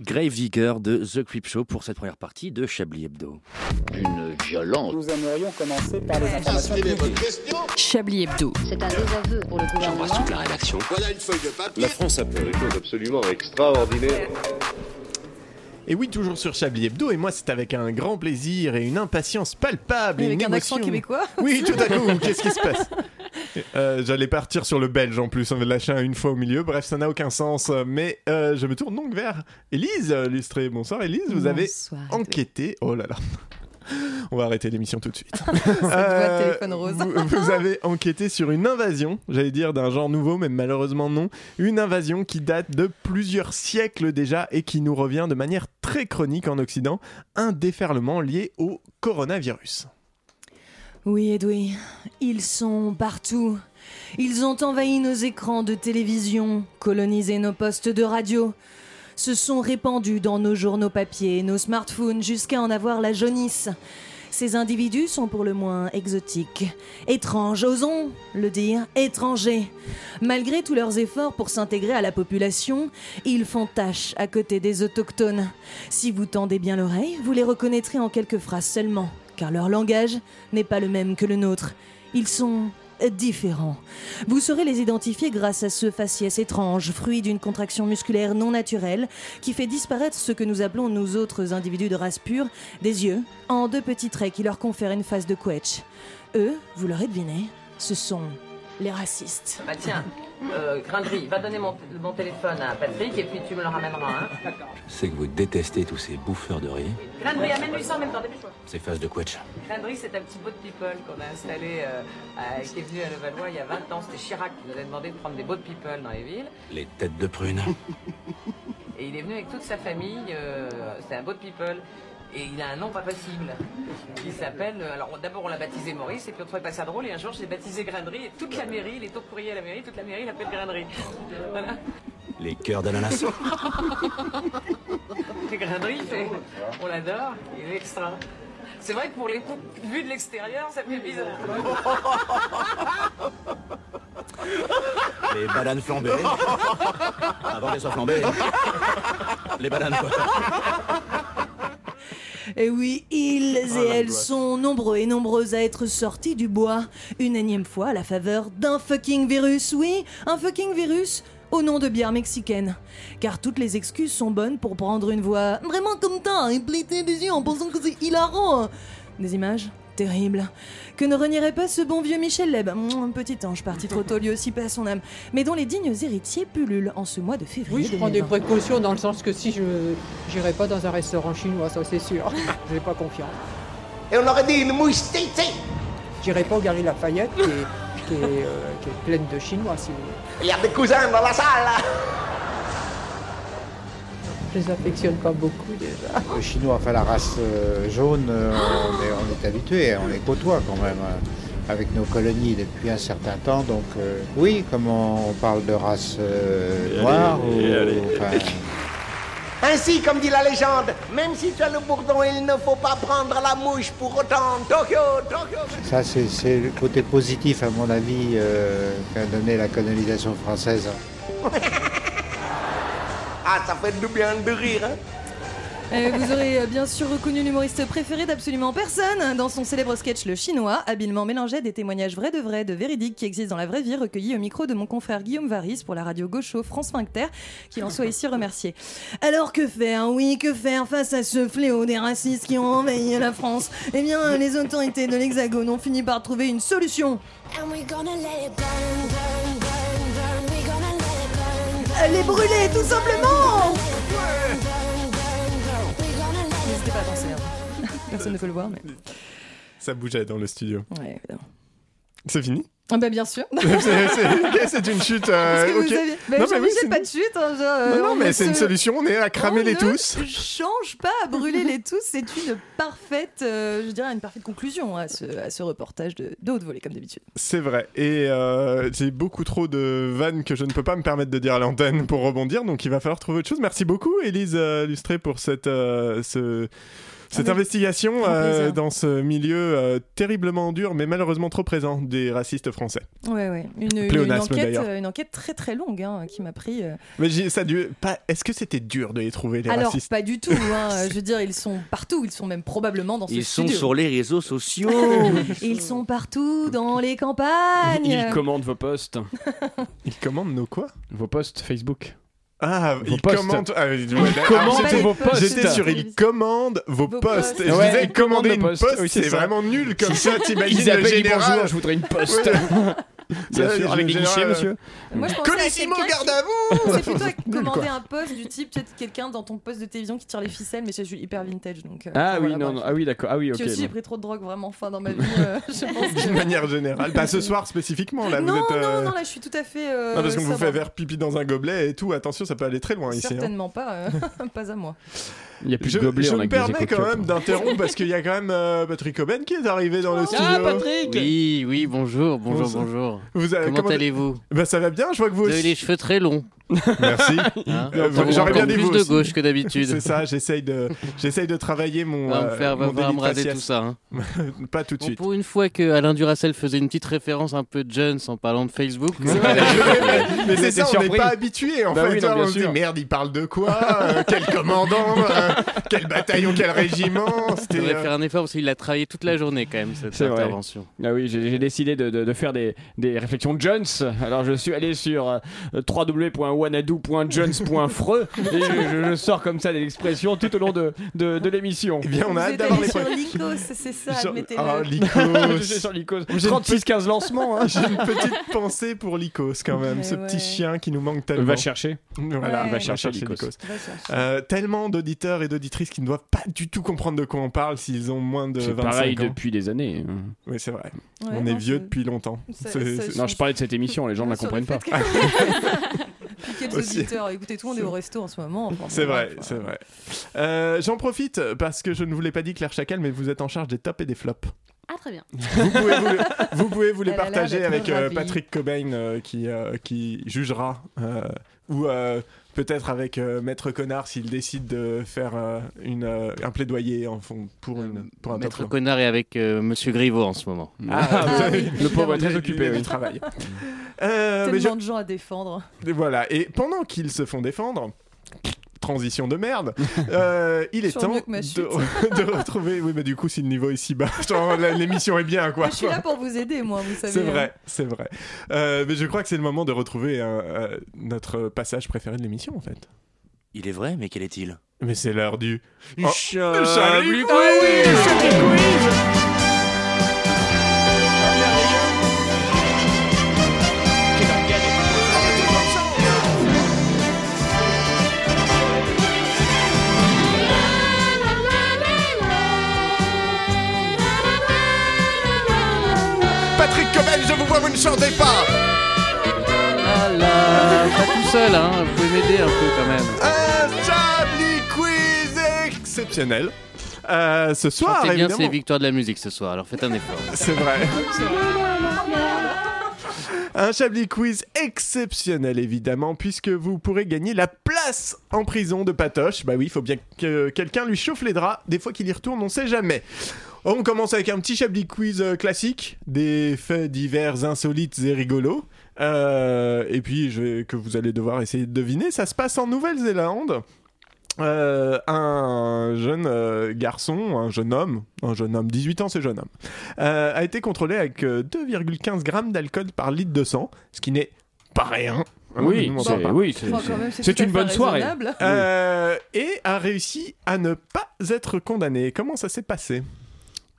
Speaker 11: Gravedigger de The Creep Show pour cette première partie de Chablis Hebdo. Une violence.
Speaker 15: Nous aimerions commencer par les informations
Speaker 8: Chablis Hebdo.
Speaker 7: C'est un désaveu pour le gouvernement.
Speaker 6: toute la rédaction.
Speaker 5: Voilà une feuille de papier.
Speaker 6: La France a fait des choses absolument extraordinaires.
Speaker 4: Et oui, toujours sur Chablis Hebdo, et moi c'est avec un grand plaisir et une impatience palpable. et
Speaker 3: Avec
Speaker 4: une
Speaker 3: un accent
Speaker 4: émotion.
Speaker 3: québécois
Speaker 4: Oui, tout
Speaker 3: <laughs>
Speaker 4: à coup, qu'est-ce qui se passe Euh, J'allais partir sur le belge en plus, on avait lâché un une fois au milieu, bref, ça n'a aucun sens. Mais euh, je me tourne donc vers Élise euh, Lustré. Bonsoir Élise, vous avez
Speaker 3: Bonsoir,
Speaker 4: enquêté. Oh là <laughs> là. On va arrêter l'émission tout
Speaker 3: <laughs>
Speaker 4: de suite.
Speaker 3: voix de
Speaker 4: Euh,
Speaker 3: téléphone rose.
Speaker 4: vous, vous avez enquêté sur une invasion, j'allais dire d'un genre nouveau, mais malheureusement non. Une invasion qui date de plusieurs siècles déjà et qui nous revient de manière très chronique en Occident. Un déferlement lié au coronavirus.
Speaker 3: Oui, Edoui, ils sont partout. Ils ont envahi nos écrans de télévision, colonisé nos postes de radio, se sont répandus dans nos journaux papier, nos smartphones, jusqu'à en avoir la jaunisse. Ces individus sont pour le moins exotiques, étranges, osons le dire, étrangers. Malgré tous leurs efforts pour s'intégrer à la population, ils font tâche à côté des autochtones. Si vous tendez bien l'oreille, vous les reconnaîtrez en quelques phrases seulement, car leur langage n'est pas le même que le nôtre. Ils sont différents. Vous saurez les identifier grâce à ce faciès étrange, fruit d'une contraction musculaire non naturelle, qui fait disparaître ce que nous appelons, nous autres individus de race pure, des yeux, en deux petits traits qui leur confèrent une face de quetch. Eux, vous l'aurez deviné, ce sont les racistes.
Speaker 16: Bah tiens, euh, Grindry, va donner mon, mon téléphone à Patrick et puis tu me le ramèneras. Hein.
Speaker 6: Je sais que vous détestez tous ces bouffeurs de riz.
Speaker 16: Grindry, amène-lui ça en même temps, dépêche-toi.
Speaker 6: Ces phases de quetch.
Speaker 16: Grindry, c'est un petit boat people qu'on a installé, euh, à- qui est venu à Levallois il y a 20 ans. C'était Chirac qui nous avait demandé de prendre des boat people dans les villes.
Speaker 6: Les têtes de prune.
Speaker 16: Et il est venu avec toute sa famille, euh, c'est un boat people. Et il a un nom pas possible. Il s'appelle. euh, Alors on- d'abord on l'a baptisé Maurice et puis on trouvait pas ça drôle. Et un jour j'ai baptisé Grindry et toute la mairie, les taux de courrier à la mairie, toute la mairie l'appelle Grindry. Voilà.
Speaker 6: Les cœurs d'ananas.
Speaker 16: C'est Grindry, il fait- on l'adore, il est extra. C'est vrai que pour les coups vus de l'extérieur, ça fait bizarre.
Speaker 6: Les bananes flambées. Avant qu'elles soient flambées. Les bananes.
Speaker 3: Et Eh oui, ils
Speaker 6: Ah,
Speaker 3: et
Speaker 6: la
Speaker 3: elles
Speaker 6: boîte.
Speaker 3: sont nombreux et nombreuses à être sortis du bois une énième fois à la faveur d'un fucking virus. Oui, un fucking virus au nom de bière mexicaine. Car toutes les excuses sont bonnes pour prendre une voix vraiment comme ça et pléter des yeux en pensant que c'est hilarant. Des images terribles. Que ne renierait pas ce bon vieux Michel Leb, un petit ange parti trop tôt, lui aussi paix à son âme, mais dont les dignes héritiers pullulent en ce mois de février.
Speaker 17: Oui, je prends des
Speaker 3: 2020.
Speaker 17: précautions dans le sens que si je n'irai pas dans un restaurant chinois, ça c'est sûr. <laughs> Je n'ai pas confiance.
Speaker 5: Et on aurait dit une mouche titi.
Speaker 17: J'irai pas au Galerie Lafayette qui est, qui est, euh, qui est pleine de Chinois. Si vous voulez.
Speaker 5: Il y a des cousins dans la salle.
Speaker 17: Je les affectionne pas beaucoup déjà.
Speaker 18: Les Chinois, enfin la race euh, jaune, euh, on est, on est habitué, hein, on les côtoie quand même euh, avec nos colonies depuis un certain temps. Donc euh, oui, comme on, on parle de race euh,
Speaker 5: Et
Speaker 18: noire,
Speaker 5: allez, et
Speaker 18: ou-
Speaker 5: allez.
Speaker 18: enfin,
Speaker 5: Ainsi, comme dit la légende, même si tu as le bourdon, il ne faut pas prendre la mouche pour autant. Tokyo, Tokyo.
Speaker 18: ça c'est c'est le côté positif à mon avis euh, qu'a donné la colonisation française.
Speaker 5: Ah, ça fait du bien de rire. Hein.
Speaker 3: Euh, vous aurez euh, bien sûr reconnu l'humoriste préféré d'absolument personne dans son célèbre sketch Le Chinois, habilement mélangé des témoignages vrais de vrais, de véridiques qui existent dans la vraie vie, recueillis au micro de mon confrère Guillaume Varis pour la radio Gaucho France Inter, qui en soit ici remercié. Alors que faire Oui, que faire face à ce fléau des racistes qui ont envahi la France Eh bien, euh, les autorités de l'Hexagone ont fini par trouver une solution. Elle est brûlée, tout simplement N'hésitez pas à danser. hein. Personne ne peut le voir, mais...
Speaker 4: Ça bougeait dans le studio.
Speaker 3: Ouais, évidemment.
Speaker 4: C'est fini
Speaker 3: Ah bah bien sûr.
Speaker 4: <laughs>
Speaker 3: <laughs>
Speaker 4: C'est- c'est- ok, C'est une chute. euh,
Speaker 3: Parce que
Speaker 4: ok.
Speaker 3: vous avez- bah,
Speaker 4: Non, mais
Speaker 3: Jean-Michel,
Speaker 4: oui, c'est-
Speaker 3: pas de chute. hein, genre, euh,
Speaker 4: Non, non,
Speaker 3: on
Speaker 4: mais
Speaker 3: ne
Speaker 4: c'est
Speaker 3: se-
Speaker 4: une solution. On est à cramer
Speaker 3: on
Speaker 4: les
Speaker 3: ne
Speaker 4: tous.
Speaker 3: Change pas à brûler les tous. C'est une parfaite, euh, je dirais, une parfaite conclusion à ce, à ce reportage de, de haute volée, comme d'habitude.
Speaker 4: C'est vrai. Et euh, j'ai beaucoup trop de vannes que je ne peux pas me permettre de dire à l'antenne pour rebondir. Donc il va falloir trouver autre chose. Merci beaucoup, Élise euh, Lustré, pour cette, euh, ce, Cette investigation
Speaker 3: Grand
Speaker 4: euh,
Speaker 3: plaisir.
Speaker 4: dans ce milieu euh, terriblement dur, mais malheureusement trop présent, des racistes français.
Speaker 3: Ouais, ouais. Une, une- une,
Speaker 4: Pléonasme,
Speaker 3: enquête,
Speaker 4: d'ailleurs.
Speaker 3: euh, une enquête très très longue hein, qui m'a pris. euh,
Speaker 4: Mais j'ai- ça a dû- pas. Est-ce que c'était dur de les trouver les
Speaker 3: Alors,
Speaker 4: racistes
Speaker 3: pas du tout.
Speaker 4: <laughs>
Speaker 3: hein. Je veux dire, ils sont partout. Ils sont même probablement dans ce
Speaker 11: Ils sont
Speaker 3: studio.
Speaker 11: sur les réseaux sociaux.
Speaker 3: <laughs> Ils sont partout dans les campagnes.
Speaker 10: Ils commandent vos
Speaker 4: <laughs>
Speaker 10: posts.
Speaker 4: Ils commandent nos quoi
Speaker 10: Vos posts Facebook.
Speaker 4: Ah,
Speaker 10: Vos
Speaker 4: ils
Speaker 10: posts.
Speaker 4: commentent. ah, ouais,
Speaker 10: Ils
Speaker 4: ouais,
Speaker 10: commandent
Speaker 4: j'étais-
Speaker 10: vos posts.
Speaker 4: J'étais sur ils commandent vos posts. Et je
Speaker 10: Ouais,
Speaker 4: disais
Speaker 10: ils commandent
Speaker 4: commander
Speaker 10: nos
Speaker 4: une
Speaker 10: posts.
Speaker 4: poste,
Speaker 10: Oui, c'est
Speaker 4: c'est
Speaker 10: ça.
Speaker 4: vraiment nul comme ça. T'imagines
Speaker 10: Ils
Speaker 4: le
Speaker 10: appellent, ils disent,
Speaker 4: général
Speaker 10: bonjour, je voudrais une poste.
Speaker 3: hein.
Speaker 4: <laughs>
Speaker 10: Bien sûr, avec des guichets, monsieur.
Speaker 3: Moi, je pensais à
Speaker 4: Colissimo,
Speaker 3: quelqu'un
Speaker 4: garde
Speaker 3: qui-
Speaker 4: à vous
Speaker 3: <laughs> C'est plutôt à
Speaker 4: Nul,
Speaker 3: commander
Speaker 4: quoi.
Speaker 3: un poste du type, peut-être quelqu'un dans ton poste de télévision qui tire les ficelles, mais je suis hyper vintage donc. euh,
Speaker 10: Ah
Speaker 3: enfin,
Speaker 10: oui,
Speaker 3: voilà,
Speaker 10: non,
Speaker 3: bref.
Speaker 10: non, ah oui, d'accord. Ah oui, ok.
Speaker 3: Puis
Speaker 4: <laughs>
Speaker 3: aussi, j'ai
Speaker 10: bon.
Speaker 3: pris trop de drogue vraiment fin dans ma vie. euh, <laughs> je pense que-
Speaker 4: D'une manière générale. Pas ce soir spécifiquement, là.
Speaker 3: non,
Speaker 4: vous êtes, euh,
Speaker 3: non, non, là, je suis tout à fait. euh,
Speaker 4: non, parce qu'on vous
Speaker 3: sobre.
Speaker 4: fait faire pipi dans un gobelet et tout. Attention, ça peut aller très loin ici. hein.
Speaker 3: Certainement pas, euh, <laughs> pas à moi.
Speaker 10: Il n'y a plus
Speaker 4: Je,
Speaker 10: de gobelets,
Speaker 4: je
Speaker 10: on a
Speaker 4: me
Speaker 10: que des
Speaker 4: permets quand
Speaker 10: éco-cups.
Speaker 4: même d'interrompre parce qu'il y a quand même euh, Patrick Coben qui est arrivé dans
Speaker 3: Ah,
Speaker 4: le studio.
Speaker 19: Oui, oui, bonjour, bonjour,
Speaker 4: Bonsoir.
Speaker 19: bonjour.
Speaker 4: Vous avez-
Speaker 19: comment
Speaker 4: comment-
Speaker 19: allez-vous
Speaker 4: Bah, ça va bien, je vois que vous
Speaker 19: Vous avez
Speaker 4: aussi.
Speaker 19: les cheveux très longs. <laughs>
Speaker 4: Merci. <laughs>
Speaker 19: Hein
Speaker 4: Euh,
Speaker 19: Encore-
Speaker 4: J'aurais bien
Speaker 19: encore
Speaker 4: dit
Speaker 19: plus
Speaker 4: vous
Speaker 19: de
Speaker 4: aussi.
Speaker 19: gauche que d'habitude.
Speaker 4: C'est ça, j'essaye de, j'essaye de travailler mon.
Speaker 19: On va me
Speaker 4: euh,
Speaker 19: faire- va
Speaker 4: mon
Speaker 19: falloir
Speaker 4: délit
Speaker 19: me raser
Speaker 4: faciès.
Speaker 19: tout ça, hein.
Speaker 4: <laughs> Pas tout de
Speaker 19: Bon, <laughs>
Speaker 4: suite.
Speaker 19: pour une fois que Alain Duracel faisait une petite référence un peu Jones en parlant de Facebook.
Speaker 4: <laughs> Mais c'est ça, on n'est
Speaker 19: surpris.
Speaker 4: pas habitué en
Speaker 19: Bah
Speaker 4: fait. hein.
Speaker 19: oui, non, bien
Speaker 4: on se dit
Speaker 19: sûr.
Speaker 4: merde, il parle de quoi
Speaker 19: <laughs>
Speaker 4: Euh, Quel commandant Euh, Quel bataillon Quel régiment
Speaker 19: Il
Speaker 4: C'était,
Speaker 19: faudrait
Speaker 4: euh,
Speaker 19: faire un effort parce qu'il a travaillé toute la journée quand même cette
Speaker 10: C'est vrai.
Speaker 19: intervention.
Speaker 10: Ah oui, j'ai j'ai décidé de, de- de faire des, des réflexions Jones. Alors je suis allé sur euh, www.wanadoo.jones.fre et je, je- je sors comme ça des expressions tout au long de, de, de l'émission.
Speaker 4: Eh bien, on a
Speaker 3: Vous
Speaker 4: hâte
Speaker 3: êtes
Speaker 4: d'avoir
Speaker 3: allé
Speaker 4: les
Speaker 3: sur
Speaker 4: points.
Speaker 3: Lycos, c'est ça,
Speaker 4: Sur-
Speaker 10: <laughs>
Speaker 3: admettez-le. <laughs>
Speaker 4: Ah,
Speaker 10: Je suis sur Lycos.
Speaker 4: J'ai une
Speaker 10: 36-15 lancements.
Speaker 19: <laughs>
Speaker 10: hein.
Speaker 4: J'ai une petite pensée pour Lycos quand même,
Speaker 10: Mais
Speaker 4: ce
Speaker 10: ouais.
Speaker 4: petit chien qui nous manque tellement.
Speaker 10: Va chercher.
Speaker 4: Voilà,
Speaker 10: Ouais.
Speaker 4: va chercher Lycos.
Speaker 10: Va chercher.
Speaker 4: Euh, tellement d'auditeurs et d'auditrices qui ne doivent pas du tout comprendre de quoi on parle s'ils ont moins de
Speaker 10: C'est
Speaker 4: 25
Speaker 10: pareil
Speaker 4: ans.
Speaker 10: depuis des années.
Speaker 4: Oui, c'est vrai. On est vieux depuis longtemps.
Speaker 3: ça-
Speaker 4: C'est-
Speaker 3: ça
Speaker 4: c'est-
Speaker 10: Non, je parlais de cette émission, les gens ne la
Speaker 3: Sur le
Speaker 10: comprennent pas.
Speaker 3: fait
Speaker 4: <laughs>
Speaker 3: que- Puis quels
Speaker 4: Aussi.
Speaker 3: auditeurs Écoutez, tout le monde est au resto en ce moment. enfin,
Speaker 4: C'est
Speaker 3: bon,
Speaker 4: vrai,
Speaker 3: bref.
Speaker 4: c'est vrai. Euh, J'en profite parce que je ne vous l'ai pas dit, Claire Chacal, mais vous êtes en charge des tops et des flops.
Speaker 2: Ah, très bien.
Speaker 4: Vous
Speaker 2: <laughs>
Speaker 4: pouvez vous, vous pouvez vous les
Speaker 2: Elle a l'air
Speaker 4: partager
Speaker 2: d'être
Speaker 4: avec euh,
Speaker 2: ravie.
Speaker 4: Patrick Cobain euh, qui, euh, qui jugera euh, ou euh, peut-être avec euh, Maître Connard s'il décide de faire euh, une, euh, un plaidoyer en fond pour, une, pour un top
Speaker 19: Maître
Speaker 4: flop.
Speaker 19: Connard est avec euh, Monsieur Griveaux en ce moment.
Speaker 4: Ah,
Speaker 3: Ah oui,
Speaker 4: le
Speaker 3: évidemment.
Speaker 4: pauvre est très occupé, oui. il
Speaker 19: <laughs>
Speaker 4: travaille. Euh, mais je-
Speaker 3: Tellement de gens à défendre.
Speaker 4: Et Voilà, et pendant qu'ils se font défendre, transition de merde, euh, il est
Speaker 3: Sur
Speaker 4: temps
Speaker 3: mieux que ma
Speaker 4: de,
Speaker 3: chute.
Speaker 4: <laughs> de retrouver. Oui, mais du coup, si le niveau est si bas, <laughs> genre, la- l'émission est bien, quoi.
Speaker 3: Moi, Ah, je suis là pour hein. vous aider, moi, vous savez.
Speaker 4: C'est vrai, c'est vrai. Euh, mais je crois que c'est le moment de retrouver euh, euh, notre passage préféré de l'émission, en fait.
Speaker 11: Il est vrai, mais quel est-il
Speaker 4: Mais c'est l'heure du. Oh,
Speaker 11: Chablis
Speaker 4: Chablis
Speaker 11: Quiz
Speaker 4: Euh, Quiz Patrick Coben, je vous vois, vous ne chantez pas
Speaker 19: Ah là, pas tout seul, hein. Vous pouvez m'aider un peu quand même.
Speaker 4: Un Chablis Quiz exceptionnel. Euh, ce soir,
Speaker 19: Chantez bien,
Speaker 4: évidemment.
Speaker 19: c'est victoire de la musique ce soir. Alors faites un effort.
Speaker 4: <laughs> C'est vrai. Un Chablis Quiz exceptionnel, évidemment, puisque vous pourrez gagner la place en prison de Patoche. Bah oui, il faut bien que quelqu'un lui chauffe les draps. Des fois qu'il y retourne, on sait jamais. On commence avec un petit Chablis Quiz euh, classique, des faits divers, insolites et rigolos. Euh, et puis, je vais- que vous allez devoir essayer de deviner, ça se passe en Nouvelle-Zélande. Euh, un jeune euh, garçon, un jeune homme, un jeune homme, 18 ans c'est jeune homme, euh, a été contrôlé avec euh, 2,15 grammes d'alcool par litre de sang, ce qui n'est pas rien. Hein,
Speaker 10: Oui,
Speaker 4: ne m'en
Speaker 10: c'est-
Speaker 4: parle pas.
Speaker 10: oui, c'est- Enfin, quand même, c'est c'est tout à une fait bonne soirée. raisonnable.
Speaker 4: Euh, et a réussi à ne pas être condamné. Comment ça s'est passé